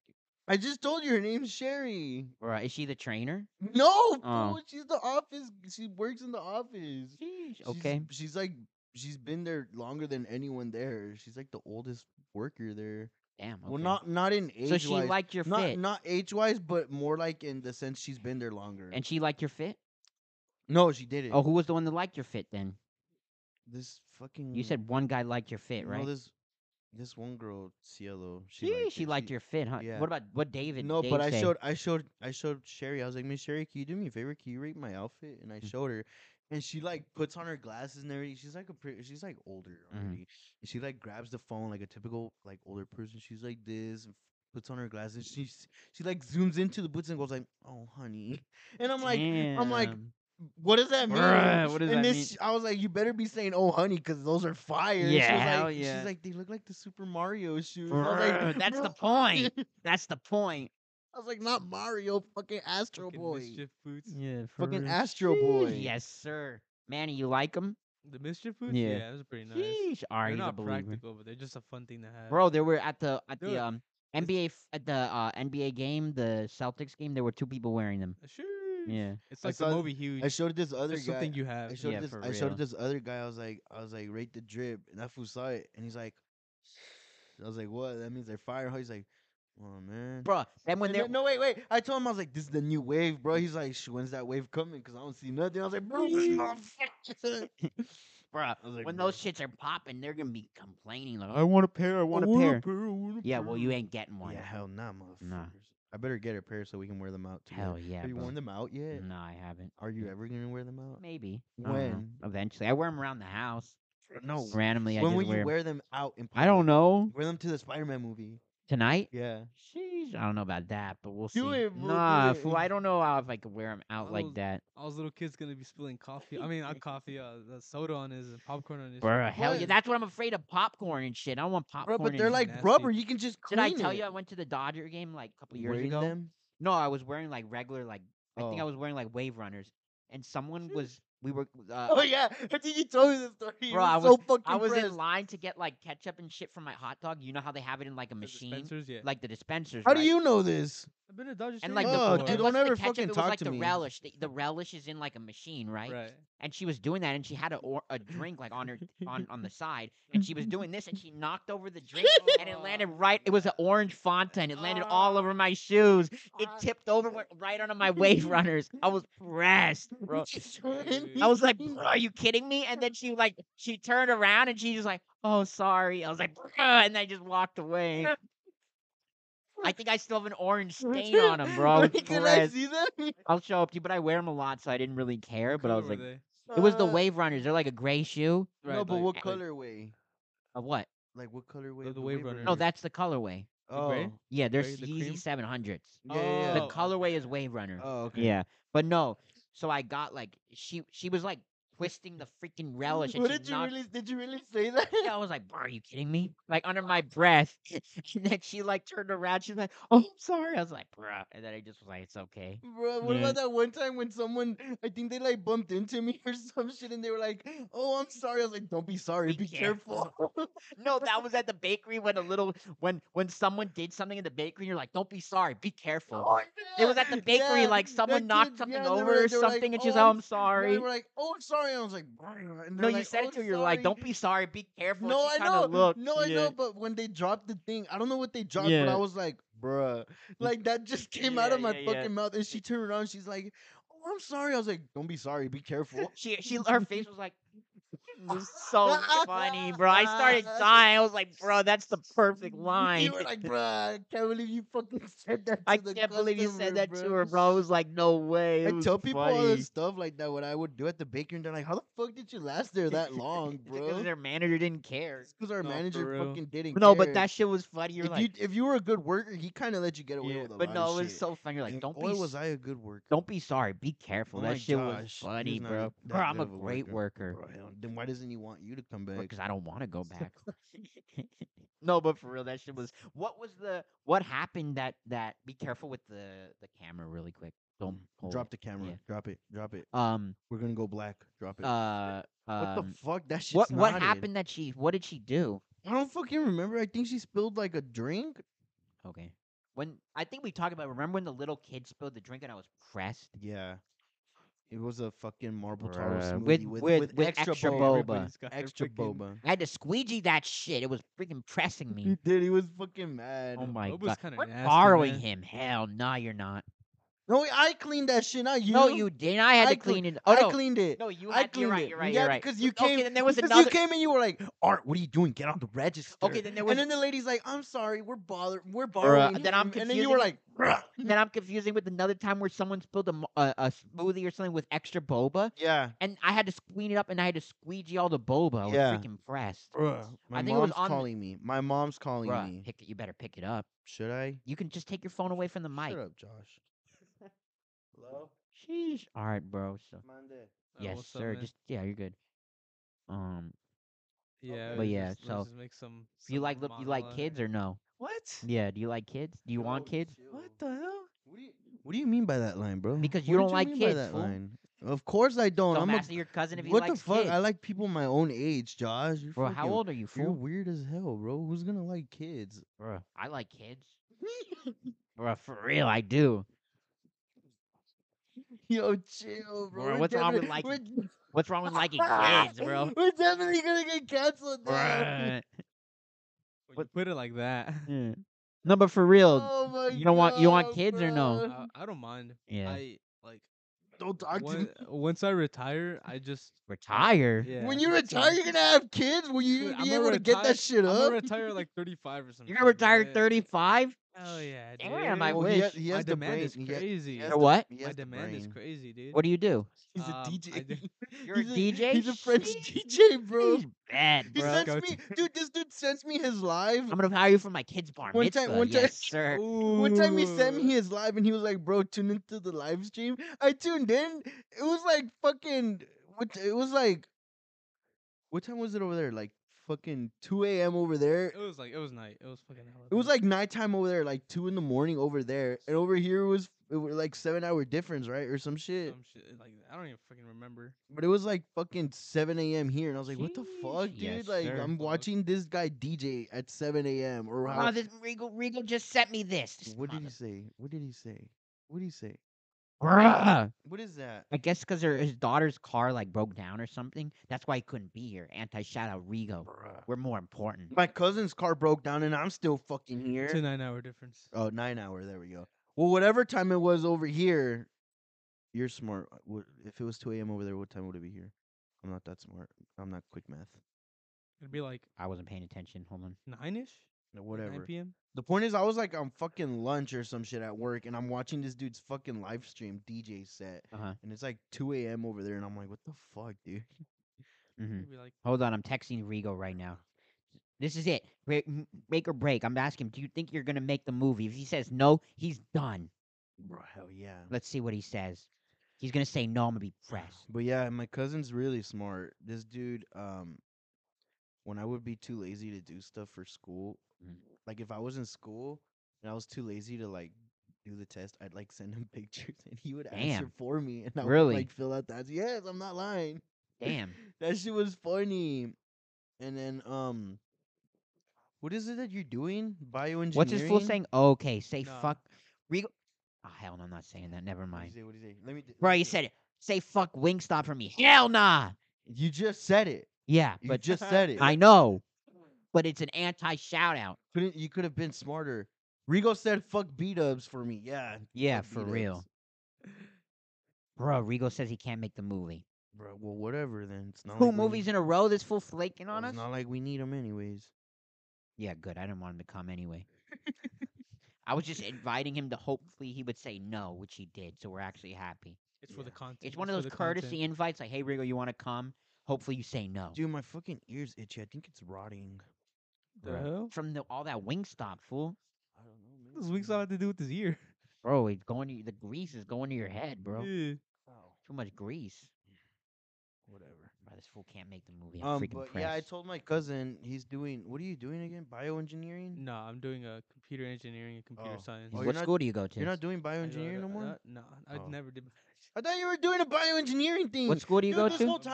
S2: I just told you her name's Sherry.
S1: Bruh, is she the trainer?
S2: No,
S1: Oh.
S2: fool, she's the office. She works in the office.
S1: Sheesh.
S2: She's-
S1: Okay.
S2: She's like she's been there longer than anyone there. She's like the oldest worker there.
S1: Damn. Okay.
S2: Well, not not in age.
S1: So she
S2: wise.
S1: liked your
S2: not
S1: fit,
S2: not age wise, but more like in the sense she's been there longer.
S1: and she liked your fit.
S2: no, she didn't.
S1: Oh, who was the one that liked your fit then?
S2: this fucking
S1: You said one guy liked your fit,
S2: no,
S1: right?
S2: Mm-hmm. this this one girl Cielo. She
S1: she
S2: liked,
S1: she
S2: it.
S1: liked your fit, huh?
S2: yeah.
S1: What about what David?
S2: No,
S1: Dave
S2: but I
S1: say?
S2: showed I showed I showed Sherry. I was like, Miss Sherry, can you do me a favor? Can you rate my outfit? And I
S1: Mm.
S2: showed her, and she like puts on her glasses and everything. She's like a pretty, she's like older
S1: Mhm.
S2: already, and she like grabs the phone like a typical like older person. She's like this and f- puts on her glasses. She s- she like zooms into the boots and goes like, oh honey, and I'm like. I'm like,
S1: Damn.
S2: What does that mean?
S1: Bruh, what does
S2: and
S1: that
S2: this, I was like, you better be saying, "Oh, honey," because those are fire. And she was
S1: Yeah,
S2: like-
S1: hell yeah.
S2: She's like, they look like the Super Mario shoes. I was like,
S1: Bruh, that's the
S2: "Bruh."
S1: point. That's the point.
S2: I was like, not Mario, fucking Astro
S3: Fucking
S2: Boy.
S3: mischief boots.
S1: Yeah,
S2: Fucking real. Astro Boy.
S1: Yes, sir. Manny, you like him?
S3: The mischief boots.
S1: Yeah.
S3: Yeah, those are pretty nice.
S1: Sheesh. Are
S3: They're
S1: you the
S3: not
S1: believer?
S3: practical, but they're just a fun thing to have.
S1: Bro, they were at the at
S3: Dude,
S1: the um NBA f- at the uh, NBA game, the Celtics game. There were two people wearing them.
S3: Sheesh.
S1: Yeah.
S3: It's
S2: I
S3: like
S2: saw
S3: the
S2: th-
S3: movie Huge.
S2: I showed this other
S3: There's
S2: guy.
S3: something you have.
S2: I showed
S1: Yeah,
S2: this.
S1: for
S2: I showed
S1: real.
S2: this other guy. I was like, I was like, rate the drip, and that fool saw it, and he's like, I was like, what? That means they're fire. huh?" He's like, oh man.
S1: Bro, and when
S2: And
S1: they're
S2: then- no wait wait I told him I was like this is the new wave bro he's like "Sh- when's that wave coming because I don't see nothing I was like bro this motherfucker."
S1: bruh,
S2: I was like,
S1: when
S2: "Bro."
S1: those shits are popping, they're gonna be complaining like, "I want a pair, I want a pair." Yeah, well, you ain't getting one.
S2: yeah hell nah motherfuckers
S1: Nah.
S2: I better get a pair so we can wear them out too
S1: Hell yeah,
S2: have you
S1: bro.
S2: worn them out yet
S1: No, I haven't.
S2: are you ever gonna wear them out
S1: Maybe. I don't know.
S2: When?
S1: Eventually, I wear them around the house.
S2: no
S1: Randomly, I
S2: when
S1: just
S2: will
S1: wear.
S2: you
S1: 'em.
S2: wear them out in
S1: I don't
S2: public?
S1: know.
S2: Wear them to the Spider-Man movie.
S1: Tonight?
S2: Yeah.
S1: Sheesh, I don't know about that, but we'll
S2: Do
S1: see.
S2: it, bro, do
S1: nah,
S2: it.
S1: fool. I don't know how if I could wear them out like
S3: I'll-
S1: that.
S3: All those little kids gonna be spilling coffee. I mean, not coffee. Uh, the soda on his and popcorn on his.
S1: Bruh, hell yeah.
S2: What?
S1: That's what I'm afraid of. Popcorn and shit. I don't want popcorn.
S2: Bro, but they're
S1: and-
S2: like
S3: nasty.
S2: rubber. You can just
S1: Did I
S2: clean
S1: tell
S2: it.
S1: you I went to the Dodger game like a couple years
S2: Wearing
S1: ago?
S2: them?
S1: No, I was wearing like regular, like I think I
S2: Oh.
S1: was wearing like Wave Runners, and someone
S3: Sheesh.
S1: was we were. Uh,
S2: Oh yeah, I think you told me the story. It
S1: Bro, I
S2: was so fucking
S1: I was
S2: impressed.
S1: in line to get like ketchup and shit for my hot dog. You know how they have it in like a
S3: The
S1: machine,
S3: dispensers, yeah.
S1: like the dispensers.
S2: How do
S1: right?
S2: you know this?
S3: I've I've been a Dodger
S1: And
S3: Stadium
S1: like
S2: Oh,
S1: the
S3: before.
S2: dude,
S1: and
S2: don't
S1: what's
S2: ever
S1: the ketchup?
S2: fucking
S1: it was
S2: talk
S1: like
S2: to
S1: the
S2: me.
S1: relish. The, the relish is in like a machine, right?
S3: right.
S1: And she was doing that, and she had a or, a drink like on her on on the side, and she was doing this, and she knocked over the drink, and it landed right. It was an orange Fanta, and it landed all over my shoes. It
S2: Ah.
S1: tipped over went right onto my wave runners. I was pressed, bro. I was like, "Bro, "Are you kidding me?" And then she like she turned around and she was like, "Oh, sorry." I was like, "Bruh," and I just walked away. I think I still have an orange stain on them, bro. I was
S2: Wait, Can I
S1: pressed.
S2: see that?
S1: I'll show up to you, but I wear them a lot, so I didn't really care. But I
S3: Cool
S1: was
S3: were
S1: like,
S3: they?
S1: it was the
S2: Uh,
S1: Wave Runners. They're like a gray shoe.
S2: no,
S3: Right,
S2: but
S3: like-
S2: what
S3: like-
S2: colorway?
S1: Of what?
S2: Like what colorway?
S3: The-
S2: of
S3: the Wave
S2: Runner?
S1: No,
S3: Runners.
S1: that's the colorway.
S2: Oh,
S3: gray?
S1: Yeah, they're
S3: Gray, the cream?
S1: Yeezy seven hundreds.
S2: yeah, yeah,
S1: The
S2: yeah.
S3: Oh,
S1: colorway
S3: okay.
S1: is Wave Runner.
S2: Oh, okay.
S1: Yeah, but no. So I got like she she was like twisting the freaking relish. And
S2: What
S1: she
S2: did you
S1: knocked-
S2: really? Did you really say that?
S1: Yeah, I was like, "Bro, "Are you kidding me?" Like under my breath, and then she like turned around. She's like, "Oh, I'm sorry." I was like, "Bruh," and then I just was like, "It's okay."
S2: Bro, what
S1: Yeah.
S2: about that one time when someone, I think they like bumped into me or some shit and they were like, oh, I'm sorry. I was like, don't be sorry.
S1: Be
S2: Be, careful.
S1: No, that was at the bakery when a little when when someone did something in the bakery. and You're like, "Don't be sorry. Be careful." It was at the bakery.
S2: yeah,
S1: like
S2: that
S1: someone knocked
S2: kid-
S1: something
S2: yeah, they were
S1: over
S2: like-
S1: or
S2: they were like,
S1: something, and
S2: "Oh,
S1: she's like,
S2: I'm
S1: "Oh, I'm
S2: Yeah,
S1: sorry."
S2: they were like, oh, I'm sorry. I was like, "Brr," and
S1: No,
S2: they're
S1: you
S2: like,
S1: said
S2: "Oh,
S1: it to her. You're like,
S2: sorry."
S1: "Don't be sorry. Be careful."
S2: No,
S1: she
S2: I
S1: kinda
S2: know.
S1: Looked.
S2: No, I
S1: Yeah.
S2: know. But when they dropped the thing, I don't know what they dropped, but
S1: Yeah.
S2: I was like, bruh. Like, that just came out
S1: Yeah,
S2: of my
S1: yeah, yeah.
S2: fucking mouth. And she turned around. She's like, oh, I'm sorry. I was like, don't be sorry. Be careful.
S1: She she her face was like it was so funny, bro. I started dying. I was like, bro, that's the perfect line.
S2: You were like, bruh, I can't believe you fucking said that to
S1: I
S2: the
S1: can't believe you said
S2: customer,
S1: that to her, bro. I was like, no way. It
S2: I
S1: was
S2: tell people all
S1: funny.
S2: this stuff like that, what I would do at the bakery, and they're like, how the fuck did you last there that long,
S1: It's 'cause
S2: bro?
S1: their manager didn't care.
S2: because our
S3: No, for
S2: manager
S3: real.
S2: fucking didn't
S1: No,
S2: care.
S1: but that shit was funny. You're
S2: if,
S1: like,
S2: you, if you were a good worker, he kind of let you get away
S3: Yeah,
S2: with a
S1: but
S2: lot
S1: no,
S2: of
S1: it
S2: shit.
S1: was so funny. You're like,
S2: And
S1: don't
S2: boy,
S1: be
S2: was
S1: s-
S2: I a good worker.
S1: don't be sorry. Be careful.
S2: Oh my
S1: that shit was
S2: gosh,
S1: funny,
S2: he's not
S1: bro.
S2: that
S1: Bro, I'm
S2: good
S1: a
S2: of a
S1: great worker.
S2: Bro, hell, then why doesn't he want you to come back?
S1: because I don't want to go back. no, but for real, that shit was. What was the? What happened? That that. Be careful with the the camera, really quick. Don't hold
S2: Mm. Drop the
S1: it.
S2: camera.
S1: yeah.
S2: Drop it. Drop it.
S1: Um.
S2: We're gonna go black. Drop it.
S1: Uh.
S2: what the
S1: Um.
S2: fuck? That shit's
S1: What what
S2: knotted.
S1: happened? That she. What did she do?
S2: I don't fucking remember. I think she spilled like a drink.
S1: Okay. When I think we talked about. Remember when the little kid spilled the drink and I was pressed.
S2: Yeah. It was a fucking marble taro
S1: Bruh.
S2: smoothie
S1: With-
S2: with, with,
S1: with- with extra boba.
S2: everybody's got their Extra
S3: freaking-
S2: boba.
S1: I had to squeegee that shit. It was freaking pressing me.
S2: Dude, he was fucking mad.
S1: Oh my
S3: Boba's
S1: god!
S3: kinda
S1: We're
S3: nasty,
S1: borrowing
S3: man.
S1: him. Hell, nah, you're not.
S2: No, wait, I cleaned that shit, not you.
S1: no, you didn't. I had
S2: I
S1: to
S2: clean-
S1: clean it. Oh
S2: I
S1: no,
S2: cleaned it.
S1: no, you.
S2: I
S1: Had, you're
S2: cleaned
S1: right.
S2: it.
S1: You're right.
S2: yeah,
S1: you're right.
S2: because you
S1: Okay,
S2: came.
S1: then there was
S2: because
S1: another.
S2: you came and you were like, "Art, what are you doing? Get on the register."
S1: Okay, then there was
S2: and then the lady's like, "I'm sorry, we're bother, we're borrowing."
S1: then I'm
S2: him," And then you were like,
S1: confusing
S2: "Bruh."
S1: then I'm confusing with another time where someone spilled a, mo- a, a smoothie or something with extra boba,
S2: "Yeah,
S1: and I had to clean it up, and I had to squeegee all the boba. I was
S2: Yeah.
S1: freaking pressed.
S2: bruh." My
S1: I think it was
S2: mom's
S1: on the-
S2: calling me. My mom's calling
S1: Bruh,
S2: me.
S1: pick it, you better pick it up.
S2: Should I?
S1: You can just take your phone away from the mic.
S2: Shut up, Josh. Hello,
S1: Sheesh. All right, bro. So
S2: Monday.
S3: Oh,
S1: yes,
S3: what's up,
S1: sir.
S3: man?
S1: Just yeah, you're good. Um,
S3: yeah,
S2: But
S3: let's
S1: yeah,
S3: just- let's
S1: so,
S3: just make some,
S1: do you
S3: some
S1: like li- you like
S3: monologue.
S1: kids or no?
S3: What?
S1: Yeah, do you like kids? Do you want kids?
S3: What the hell?
S2: What do you What do you mean by that line, bro?
S1: Because
S2: What
S1: you
S2: did
S1: don't like
S2: mean by
S1: kids,
S2: that
S1: fool.
S2: line? Of course I don't.
S1: Don't
S2: I'm a
S1: ask your cousin if he
S2: what the
S1: likes
S2: fuck?
S1: kids.
S2: I like people my own age, Josh. You're
S1: Bro, how
S2: fucking-
S1: old are you,
S2: You're
S1: fool?
S2: weird as hell, bro. Who's gonna like kids?
S1: Bro, I like kids. Bro, for real, I do.
S2: Yo, chill, bro.
S1: Bro,
S2: We're
S1: what's wrong with
S2: definitely-
S1: liking
S2: we're-
S1: What's wrong with liking kids, bro?
S2: We're definitely gonna get canceled now.
S1: Bruh.
S3: When
S1: What-
S3: you put it like that.
S1: Yeah. No, but for real,
S2: Oh my
S1: you don't want- you want
S2: God,
S1: kids or no?
S2: bro.
S3: I, I don't mind.
S1: yeah,
S3: I like
S2: Don't talk to
S3: when,
S2: me.
S3: once I retire, I just
S1: retire.
S3: yeah.
S2: When you retire, you're gonna have kids. Will you
S3: Dude,
S2: even
S3: I'm
S2: be
S3: a
S2: able to get
S3: retire-
S2: that shit
S3: I'm gonna
S2: up?
S3: retire at, like 35 or something.
S1: You're gonna retire
S3: yeah.
S1: at 35?
S3: Hell yeah, dude.
S1: Damn, I
S2: Well,
S1: wish.
S2: he has, he
S3: My
S2: has the
S3: demand
S2: brain.
S3: is
S2: He ha-
S3: crazy.
S2: he
S1: You
S2: has
S1: know
S2: the-
S1: what?
S2: he
S3: My
S2: has the
S3: demand is
S2: brain.
S3: crazy, dude.
S1: What do you do?
S2: He's a
S3: Um, I
S2: DJ.
S3: do-
S1: You're a
S2: He's
S1: DJ?
S2: He's a French
S1: Sheesh.
S2: DJ, bro.
S1: He's bad,
S2: He
S1: bro.
S3: sent-
S2: sends
S3: Go
S2: me, dude. This dude sends me his live.
S1: I'm gonna hire you for my kids' bar
S2: One
S1: mitzvah.
S2: time- one time-
S1: yes, sir.
S2: One time he sent
S3: Ooh.
S2: me his live and he was like, "Bro, tune into the live stream." I tuned in. It was like fucking. What it was like. What time was it over there? Like fucking 2 a.m. over there.
S3: It was like it was night. It was fucking. hell
S2: It was like nighttime over there, like 2 in the morning over there. And over here was, it was like 7 hour difference, right? Or some shit.
S3: some shit. Like I don't even fucking remember.
S2: But it was like fucking 7 a.m. here. And I was like, what the
S1: Sheesh.
S2: fuck, dude?
S1: Yes,
S2: like,
S1: sir.
S2: I'm watching this guy DJ at 7 a.m. or how.
S1: Oh, this Regal Regal just sent me this. this
S2: what did he
S1: mother-
S2: say? What did he say? What did he say?
S1: Bruh.
S2: What is that?
S1: I guess because his daughter's car like broke down or something. That's why he couldn't be here. Anti shout out Rigo. We're more important.
S2: My cousin's car broke down and I'm still fucking here.
S3: Two nine hour difference.
S2: Oh, nine hour. There we go. Well, whatever time it was over here, you're smart. Uh, what- If it was 2 a.m. over there, what time would it be here? I'm not that smart. I'm not quick math.
S3: It'd be like
S1: I wasn't paying attention. Hold on.
S3: nine ish.
S2: No,
S3: Nine
S2: whatever.
S3: p.m.
S2: The point is, I was like on fucking lunch or some shit at work, and I'm watching this dude's fucking live stream DJ set,
S1: Uh-huh.
S2: and it's like 2 a.m. over there, and I'm like, what the fuck, dude? Mm-hmm.
S1: hmm
S3: It'd be like
S1: Hold on. I'm texting Rigo right now. This is it. Break, m- make or break. I'm asking him, do you think you're going to make the movie? If he says no, he's done.
S2: Bro, hell yeah.
S1: Let's see what he says. He's going to say no. I'm going to be pressed.
S2: But yeah, my cousin's really smart. This dude, um, when I would be too lazy to do stuff for school,
S1: Mm.
S2: like if I was in school and I was too lazy to like do the test, I'd like send him pictures and he would answer
S1: Damn.
S2: for me and I
S1: Really?
S2: would like fill out that. Yes, I'm not lying.
S1: Damn.
S2: That shit was funny. And then, um, what is it that you're doing? Bioengineering?
S1: What's his full saying? Okay. Say
S3: Nah.
S1: fuck. Rigo. Oh, hell no. I'm not saying that. Never
S2: What do you
S1: mind.
S2: say? What do you say? Let me. d-
S1: Bro,
S2: let me
S1: you
S2: see.
S1: said it. Say fuck Wingstop for me. Hell nah.
S2: You just said it.
S1: Yeah,
S2: You
S1: but
S2: just said it.
S1: I know. But it's an anti shout out.
S2: couldn't you could have been smarter. Rigo said fuck B dubs for me. Yeah.
S1: Yeah,
S2: fuck
S1: for
S2: B-dubs.
S1: real. Bro, Rigo says he can't make the movie.
S2: Bro, well whatever then. It's not
S1: Two
S2: like we
S1: movies
S2: need- Oh,
S1: in a row, this fool flaking on
S2: It's
S1: us?
S2: not like we need them anyways.
S1: Yeah, good. I didn't want him to come anyway. I was just inviting him to hopefully he would say no, which he did. So we're actually happy.
S3: it's for the content.
S1: It's one of
S3: for
S1: those
S3: the content.
S1: courtesy invites like, hey, Rigo, you want to come? Hopefully you say no.
S2: Dude, my fucking ears itchy. I think it's rotting.
S3: The
S1: Bruh.
S3: hell?
S1: From the, all that Wingstop, fool.
S2: I don't know, man.
S3: What does Wingstop have to do with his ear?
S1: Bro, it's going to, the grease is going to your head, bro.
S3: Yeah.
S1: Too much grease.
S2: Whatever.
S1: Bro, this fool can't make the movie. I'm
S2: Um,
S1: freaking
S2: but
S1: pressed.
S2: yeah, I told my cousin he's doing. What are you doing again? Bioengineering?
S3: No, I'm doing a computer engineering and computer
S2: Oh.
S3: science.
S2: Oh, you're
S1: what
S2: not-
S1: school do you go to?
S2: You're not doing
S3: I go
S2: bioengineering
S3: to-
S2: no more.
S3: uh, No, I
S2: Oh.
S1: Um,
S3: Uh, uh, uh, Oh,
S2: Oh,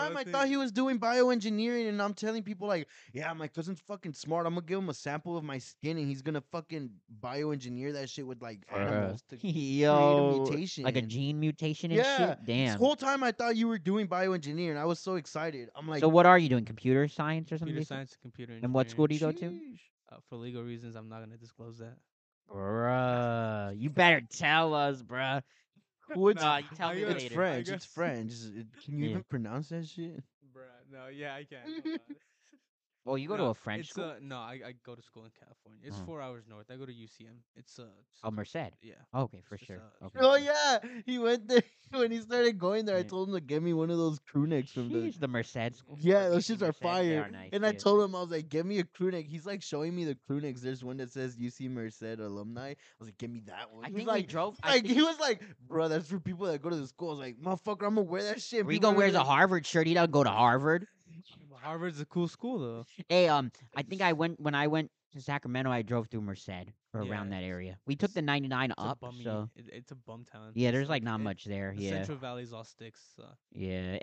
S1: um,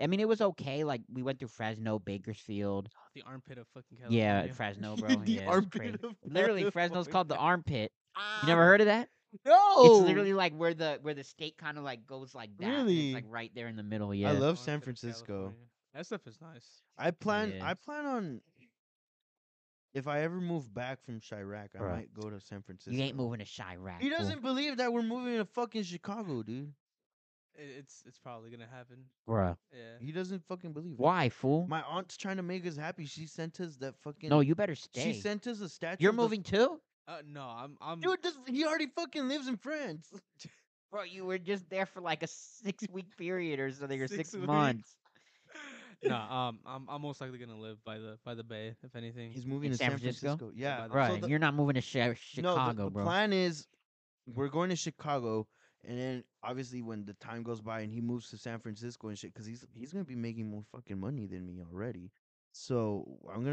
S2: Ah. So I'm gonna
S3: uh, oh. Uh, um,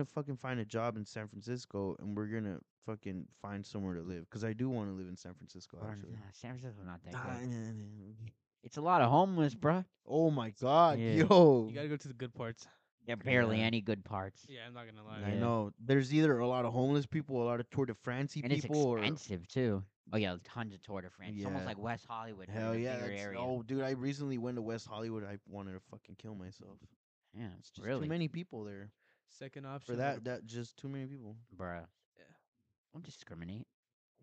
S2: fucking find a job in San Francisco, and we're gonna fucking find somewhere to live because I do want to live in San Francisco.
S1: Or,
S2: Actually,
S1: nah, San Francisco's not that
S2: Ah,
S1: good.
S2: nah, nah, nah.
S1: It's a lot of homeless, bruh.
S2: Oh my god,
S1: Yeah.
S2: yo!
S3: You gotta go to the good parts.
S1: There are barely
S2: Yeah.
S1: any good parts.
S3: Yeah, I'm not gonna lie.
S2: I
S1: Yeah.
S2: know. There's either a lot of homeless people, a lot of Tour de France
S1: And it's
S2: people, or
S1: expensive too. Oh yeah, tons of Tour de France. It's
S2: Yeah.
S1: almost like West Hollywood. but in
S2: hell
S1: a
S2: yeah,
S1: bigger
S2: that's,
S1: area.
S2: oh dude, I recently went to West Hollywood. I wanted to fucking kill myself.
S1: yeah,
S2: It's just
S1: really,
S2: too many people there
S3: Second option
S2: for that. That just too many people.
S1: bruh.
S3: Yeah.
S1: Don't discriminate.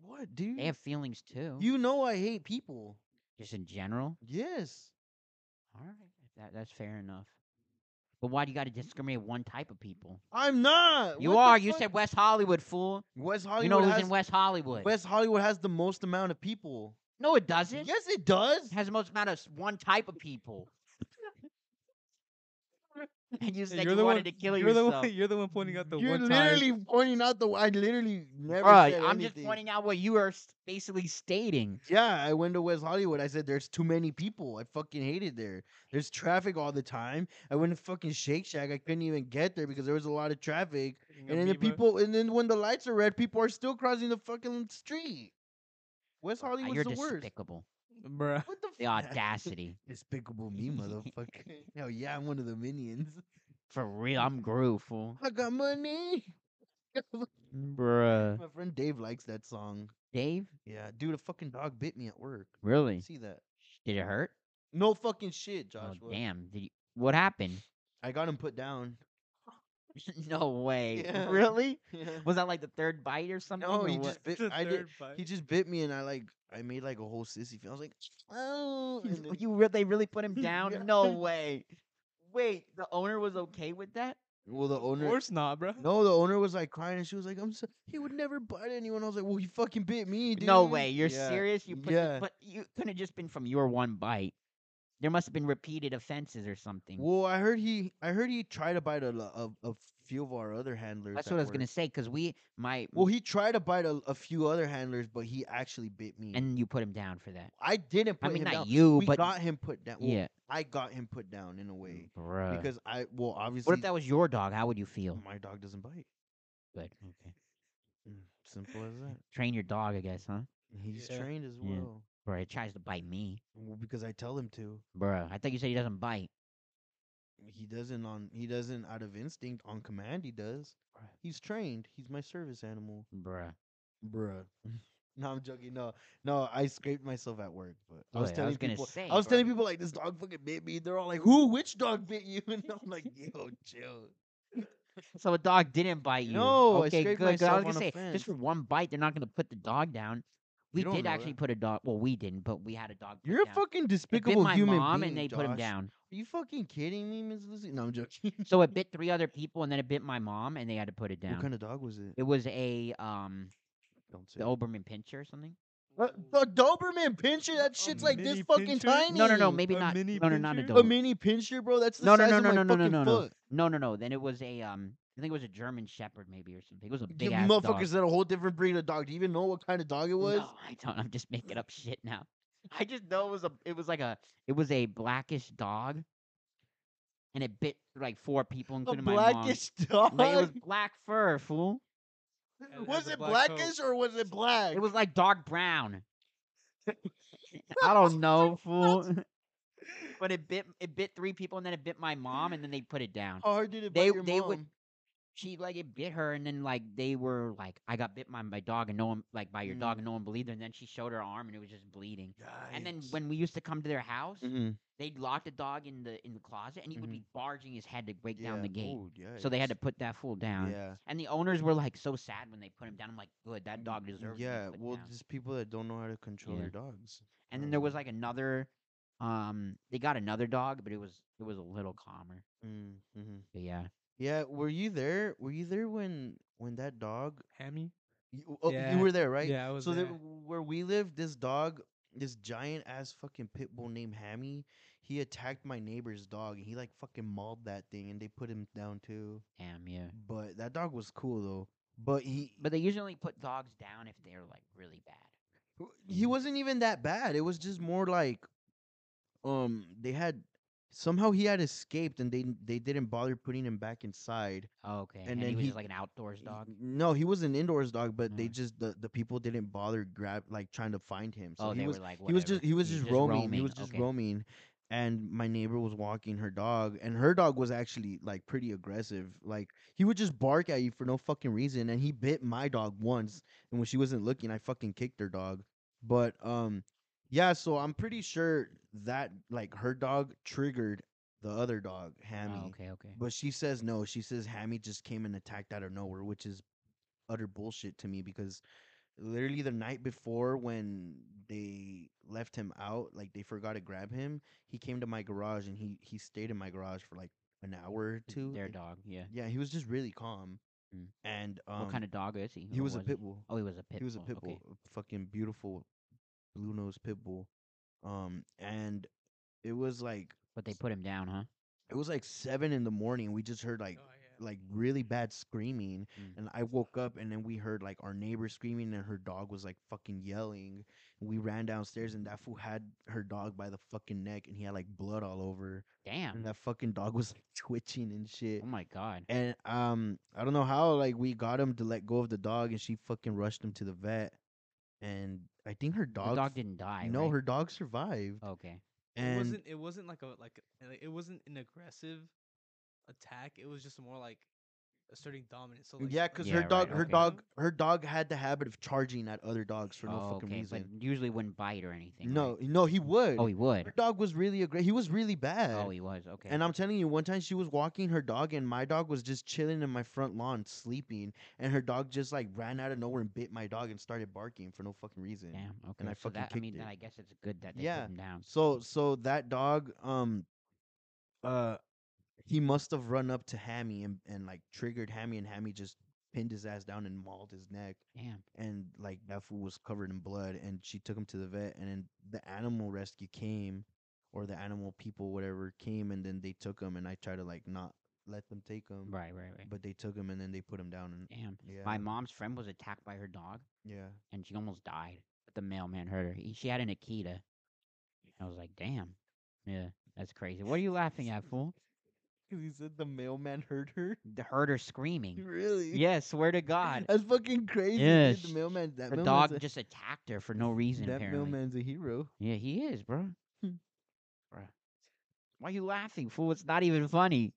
S2: What, dude?
S1: They have feelings too.
S2: you know I hate people.
S1: just in general.
S2: Yes.
S1: All right, that that's fair enough. But why do you got to discriminate one type of people?
S2: I'm not.
S1: You
S2: What the
S1: are. You
S2: fuck?
S1: said West Hollywood, fool.
S2: West Hollywood.
S1: you know who's
S2: has,
S1: in West Hollywood?
S2: West Hollywood has the most amount of people.
S1: no, it doesn't.
S2: Yes, it does.
S1: It has the most amount of s- one type of people. and you
S3: Yeah,
S1: said you wanted to kill
S3: you're
S1: yourself.
S3: The one, you're the one pointing out the
S2: You're
S3: one
S2: literally
S3: time.
S2: pointing out the. I literally never.
S1: Bruh,
S2: said
S1: I'm just
S2: anything.
S1: pointing out what you are s- basically stating.
S2: Yeah, I went to West Hollywood. I said there's too many people. I fucking hated there. There's traffic all the time. I went to fucking Shake Shack. I couldn't even get there because there was a lot of traffic. And then the
S3: Amoeba.
S2: people, and then when the lights are red, people are still crossing the fucking street. West
S1: Uh,
S2: Hollywood's
S1: You're
S2: the worst.
S1: despicable.
S3: Bruh.
S2: What the,
S1: The
S2: fuck?
S1: audacity.
S2: Despicable me, motherfucker. Hell yeah, I'm one of the minions.
S1: For real, I'm Gru, fool.
S2: I got money.
S1: Bruh.
S2: My friend Dave likes that song.
S1: Dave?
S2: Yeah, dude, a fucking dog bit me at work.
S1: Really?
S2: See that?
S1: Did it hurt?
S2: No fucking shit,
S1: Oh,
S2: Joshua.
S1: damn. Did you, what happened?
S2: I got him put down.
S1: no way.
S2: Yeah.
S1: Really?
S2: no,
S1: Was that like the third bite or something? or
S2: he
S1: what?
S2: just bit.
S3: The
S2: I did.
S3: third bite.
S2: He just bit me, and I like. I made like a whole sissy. Feel. I was like, oh. and then-
S1: you re- they really put him down?
S2: Yeah.
S1: No way. Wait, the owner was okay with that?
S2: well, the
S3: Of
S2: owner.
S3: course not, bruh.
S2: No, the owner was like crying, and she was like, "I'm so he would never bite anyone." I was like, "Well, he fucking bit me, dude."
S1: No way. You're
S2: Yeah,
S1: serious? You put the-
S2: yeah.
S1: but you couldn't have just been from your one bite. There must have been repeated offenses or something.
S2: Well, I heard he. I heard he tried to bite a, lo- a, a few of our other handlers.
S1: That's
S2: at
S1: what I was gonna
S2: work.
S1: say. Cause we, my,
S2: Well, he tried to bite a, a few other handlers, but he actually bit me.
S1: and you put him down for that.
S2: I didn't. Put
S1: I mean,
S2: him
S1: not
S2: down.
S1: you,
S2: we
S1: but
S2: got him put down. Well,
S1: yeah, Mm,
S2: I got him put down in a way
S1: bruh.
S2: because I. Well, obviously,
S1: what if that was your dog? How would you feel?
S2: my dog doesn't bite.
S1: Good. Okay.
S2: Mm, Simple as that.
S1: Train your dog, I guess, huh?
S2: He's
S3: Yeah.
S2: trained as
S1: Yeah.
S2: well.
S1: Bruh, it tries to bite me,
S2: Well, because I tell him to.
S1: bruh. I thought you said he doesn't bite.
S2: He doesn't on. He doesn't out of instinct. On command, he does. He's trained. He's my service animal,
S1: Bruh.
S2: bruh. no, I'm joking. No, no. I scraped myself at work, but I was
S1: Wait, I
S2: telling
S1: was gonna
S2: people.
S1: say,
S2: I was telling
S1: bruh.
S2: people like this dog fucking bit me. They're all like, "Who? Which dog bit you?" And I'm like, "Yo, chill."
S1: So a dog didn't bite you.
S2: No, I
S1: okay,
S2: scraped
S1: good. good. I was
S2: Oh, myself
S1: gonna
S2: on
S1: say
S2: a fence.
S1: just for one bite, they're not gonna put the dog down. We
S2: don't
S1: did
S2: know
S1: actually
S2: that.
S1: put a dog. Well, we didn't, but we had a dog. put
S2: You're a
S1: down.
S2: fucking
S1: It bit
S2: despicable
S1: my
S2: human
S1: mom,
S2: being.
S1: and they put him
S2: Josh.
S1: down.
S2: Are you fucking kidding me, Miss Lucy? No, I'm joking.
S1: So it bit three other people, and then it bit my mom, and they had to put it down.
S2: What kind of dog was it?
S1: It was a um,
S2: Don't say.
S1: the Oberman Pinscher or something.
S2: Uh, the Doberman pincher, that
S3: A
S2: shit's like this
S3: mini
S2: fucking
S3: pincher?
S2: tiny.
S1: No, no, no, maybe
S3: A
S1: not.
S3: mini
S1: No, no, not a
S3: pincher?
S2: a
S1: Doberman.
S2: mini pincher, bro. That's the
S1: No, no,
S2: size
S1: no,
S2: of
S1: no,
S2: my
S1: no, no, no,
S2: fucking
S1: no, no,
S2: foot.
S1: no, no, no. Then it was a um, I think it was a German Shepherd maybe or something. It was a
S2: You
S1: big ass dog.
S2: motherfuckers that a whole different breed of dog. Do you even know what kind of dog it was?
S1: No, I don't. I'm just making up shit now. I just know it was a. It was like a. It was a blackish dog, and it bit like four people,
S2: a
S1: including my mom.
S2: blackish dog.
S1: Like, it was
S2: was
S1: black fur, fool.
S3: Has- has a
S2: it
S3: black coat.
S2: blackish or was it black?
S1: It was like dark brown. I don't know, fool. but it bit. It bit three people, and then it bit my mom, and then they put it down.
S2: How hard did it
S1: They-
S2: bite your
S1: they
S2: mom?
S1: would- She like it bit her, and then like they were like, I got bit by my dog, and no one like by your dog, and no one believed her. And then she showed her arm, and it was just bleeding. And then
S2: Yikes.
S1: when we used to come to their house,
S2: Mhm.
S1: they'd lock the dog in the in the closet and he would
S2: Mhm.
S1: be barging his head to break
S2: Yeah.
S1: down the gate.
S2: Oh,
S1: so they had to
S2: yikes.
S1: put that fool down.
S2: Yeah.
S1: And the owners were like so sad when they put him down. I'm like, good, that dog deserves to be
S2: Mm, Yeah,
S1: put
S2: well,
S1: down."
S2: just people that don't know how to control
S1: Yeah.
S2: their dogs.
S1: And then there was
S2: um,
S1: like another um they got another dog, but it was it was a little calmer.
S2: Mm-hmm.
S1: But yeah.
S2: Yeah, were you there? Were you there when when that dog?
S3: Hammy.
S2: You, oh,
S3: Yeah,
S2: you were there, right?
S3: Yeah, I was
S2: so
S3: there.
S2: there, where we lived, this dog, this giant ass fucking pit bull named Hammy, he attacked my neighbor's dog, and he like fucking mauled that thing, and they put him down too.
S1: Damn, yeah.
S2: But that dog was cool though. But he,
S1: But they usually put dogs down if they're like really bad.
S2: he wasn't even that bad. It was just more like, um, they had somehow he had escaped and they n- they didn't bother putting him back inside.
S1: Oh, okay.
S2: And
S1: And,
S2: then
S1: he was
S2: he-
S1: just like an outdoors dog.
S2: He- No, he was an indoors dog, but they
S1: Uh.
S2: just the, the people didn't bother grab like trying to find him. So
S1: oh,
S2: he
S1: they
S2: was
S1: were like
S2: he was
S1: whatever.
S2: just he was
S1: He's
S2: just, roaming. He
S1: roaming,
S2: was just
S1: okay.
S2: roaming and my neighbor was walking her dog and her dog was actually like pretty aggressive. Like he would just bark at you for no fucking reason and he bit my dog once and when she wasn't looking I fucking kicked her dog. But um yeah, so I'm pretty sure that like her dog triggered the other dog,
S1: Oh,
S2: Hammy.
S1: okay, okay.
S2: But she says no. She says Hammy just came and attacked out of nowhere, which is utter bullshit to me because literally the night before when they left him out, like they forgot to grab him, he came to my garage and he he stayed in my garage for like an hour or two.
S1: Their
S2: and-
S1: dog, yeah.
S2: Yeah, he was just really calm.
S1: Mm.
S2: And um,
S1: what kind of dog is he?
S2: he
S1: Or
S2: was a pit bull.
S1: Oh, he was a pit.
S2: He was a pit bull,
S1: okay.
S2: a fucking beautiful blue nose pit bull. Um, and it was like
S1: But they put him down, huh?
S2: it was like seven in the morning. We just heard like
S3: oh, yeah.
S2: like really bad screaming
S1: Mm.
S2: and i woke up and then we heard like our neighbor screaming and her dog was like fucking yelling we ran downstairs and that fool had her dog by the fucking neck and he had like blood all over
S1: Damn.
S2: and that fucking dog was like twitching and shit
S1: Oh my god.
S2: and um i don't know how like we got him to let go of the dog and she fucking rushed him to the vet and i think her dog
S1: the dog
S2: f-
S1: didn't die.
S2: no
S1: right? Oh,
S2: her dog survived
S1: Okay.
S3: it
S2: and
S3: wasn't it wasn't like a like a- like, it wasn't an aggressive attack. It was just more like asserting dominance. So like,
S2: yeah
S3: like,
S2: because
S1: Yeah,
S2: her
S1: right,
S2: dog her
S1: okay.
S2: dog her dog had the habit of charging at other dogs for no
S1: oh,
S2: fucking
S1: okay.
S2: reason
S1: But usually wouldn't bite or anything. right?
S2: No, no, he would.
S1: Oh, he would.
S2: Her dog was really a great. He was really bad.
S1: Oh, he was. Okay.
S2: And I'm telling you, one time she was walking her dog, and my dog was just chilling in my front lawn, sleeping, and her dog just like ran out of nowhere and bit my dog and started barking for no fucking reason.
S1: Damn. Okay.
S2: I
S1: so
S2: fucking
S1: that, I
S2: kicked
S1: mean, then
S2: it.
S1: I guess it's good that they
S2: Yeah.
S1: put him down.
S2: So, so that dog, um, uh, he must have run up to Hammy and and like triggered Hammy, and Hammy just pinned his ass down and mauled his neck.
S1: Damn.
S2: and like that fool was covered in blood and she took him to the vet and then the animal rescue came or the animal people whatever came and then they took him and i tried to like not let them take him
S1: Right. Right. Right.
S2: um, but they took him and then they put him down and
S1: Damn.
S2: yeah
S1: My mom's friend was attacked by her dog,
S2: yeah
S1: and she almost died. But the mailman hurt her. He, she had an Akita. I was like, damn. Yeah, that's crazy. What are you laughing at, fool?
S2: he said the mailman hurt her
S1: The heard her
S2: Mm.
S1: screaming.
S2: really
S1: Yeah, swear to God.
S2: that's fucking crazy
S1: Yeah,
S2: dude. the
S1: sh-
S2: mailman that
S1: Her
S2: mailman's
S1: dog
S2: a,
S1: just attacked her for no reason,
S2: that
S1: apparently.
S2: mailman's a hero
S1: Yeah, he is, bro.
S2: Hmm.
S1: Bruh. Why you laughing, fool? It's not even funny.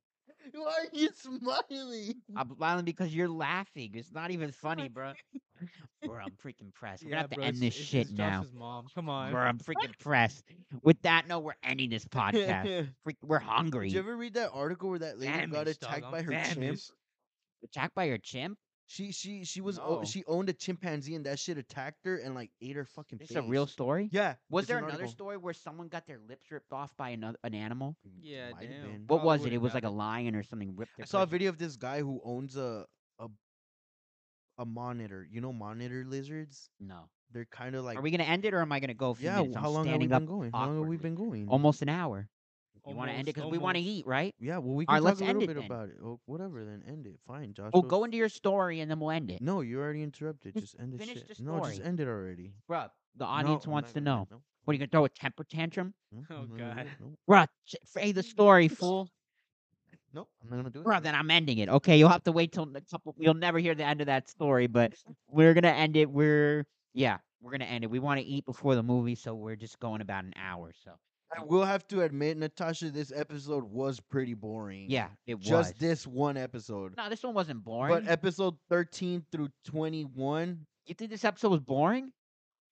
S2: why are you smiling
S1: I'm laughing because you're laughing. It's not even funny, bro. bro, I'm freaking pressed. We're
S3: Yeah,
S1: gonna have to
S3: bro,
S1: end this
S3: it's- it's-
S1: shit
S3: it's
S1: now.
S3: Josh's mom. Come on.
S1: Bro, I'm freaking pressed. With that note, we're ending this podcast. Freak, we're hungry.
S2: did you ever read that article where that lady got
S3: Famished, dog,
S2: attacked
S3: I'm
S2: by her chimp
S3: famished.
S1: Attacked by your chimp?
S2: She she she was o
S1: No.
S2: she owned a chimpanzee and that shit attacked her and like ate her fucking.
S1: It's a real
S2: face.
S1: story?
S2: Yeah.
S1: Was
S2: it's
S1: there
S2: an
S1: another
S2: article.
S1: story where someone got their lips ripped off by another an animal?
S3: Yeah,
S2: Might have
S3: damn.
S2: been.
S1: What
S3: Probably
S1: was
S3: would
S1: it? It
S3: have
S1: was like a
S3: happened.
S1: lion or something ripped.
S2: I
S1: their
S2: saw a
S1: person-
S2: video of this guy who owns a a a monitor. You know monitor lizards?
S1: No.
S2: They're kind of like.
S1: Are we gonna end it or am I gonna go? For
S2: yeah.
S1: minutes?
S2: w-
S1: I'm
S2: How long have we
S1: standing up
S2: been going? How long have
S1: awkwardly.
S2: we been going?
S1: Almost an hour. You want to
S3: Almost,
S1: end it because we want to
S3: almost.
S1: eat, right?
S2: yeah. Well, we can
S1: Alright, let's
S2: talk a
S1: end it
S2: little bit
S1: then.
S2: about it. Oh, whatever. Then end it. Fine, Josh.
S1: Oh, go into your story and then we'll end it.
S2: No, you already interrupted. Just end the
S1: finish
S2: shit.
S1: the
S2: No, just
S1: story.
S2: end it already.
S1: Bruh, the
S2: No,
S1: audience
S2: I'm
S1: wants
S2: not
S1: to
S2: gonna-
S1: know. What are you gonna throw a temper tantrum?
S2: No, no,
S3: Oh,
S2: I'm not gonna do
S3: God.
S2: it. No,
S1: Bruh, ch- say the story, fool.
S2: no, I'm not gonna do it.
S1: Bruh, then I'm ending it. Okay, you'll have to wait till a couple. You'll never hear the end of that story, but we're gonna end it. We're yeah, we're gonna end it. We want to eat before the movie, so we're just going about an hour. So
S2: I will have to admit, Natasha, this episode was pretty boring.
S1: yeah, it was.
S2: just this one episode.
S1: No, this one wasn't boring.
S2: But episode 13 through 21,
S1: you think this episode was boring?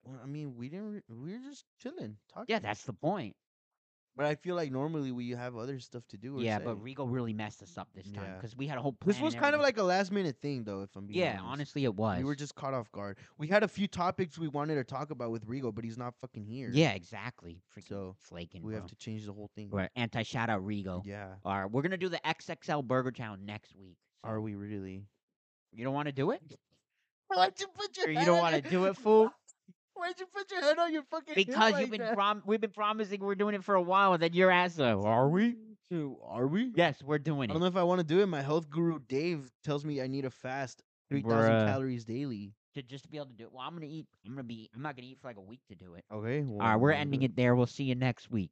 S2: well, I mean, we didn't, re- we were just chilling, talking.
S1: Yeah, that's the point.
S2: But I feel like normally we have other stuff to do. Or
S1: Yeah,
S2: say.
S1: but Regal really messed us up this time
S2: Yeah.
S1: because we had a whole. Plan
S2: this was
S1: and
S2: kind of
S1: everything.
S2: like a last minute thing, though, if I'm being
S1: Yeah,
S2: honest.
S1: honestly, it was.
S2: We were just caught off guard. We had a few topics we wanted to talk about with Rigo, but he's not fucking here.
S1: Yeah, exactly. Freaking
S2: So,
S1: flaking.
S2: We have
S1: bro.
S2: to change the whole thing.
S1: We're anti shout out Rigo.
S2: Yeah.
S1: All right, we're gonna do the XXL Burger Town next week. So
S2: Are we really?
S1: you don't want to do it?
S2: Why'd you put your
S1: Or you don't want to do it, fool?
S2: Why'd you put your head on your fucking
S1: Because you've been prom- we've been promising we're doing it for a while, and then your ass like, are we?
S2: Are we?
S1: Yes, we're doing it.
S2: I don't know if I want to do it. My health guru Dave tells me I need to fast 3,000
S1: Bruh.
S2: calories daily.
S1: To just be able to do it. Well, I'm gonna eat. I'm gonna be. I'm not gonna eat for like a week to do it.
S2: Okay.
S1: All right, we're ending it there. We'll see you next week.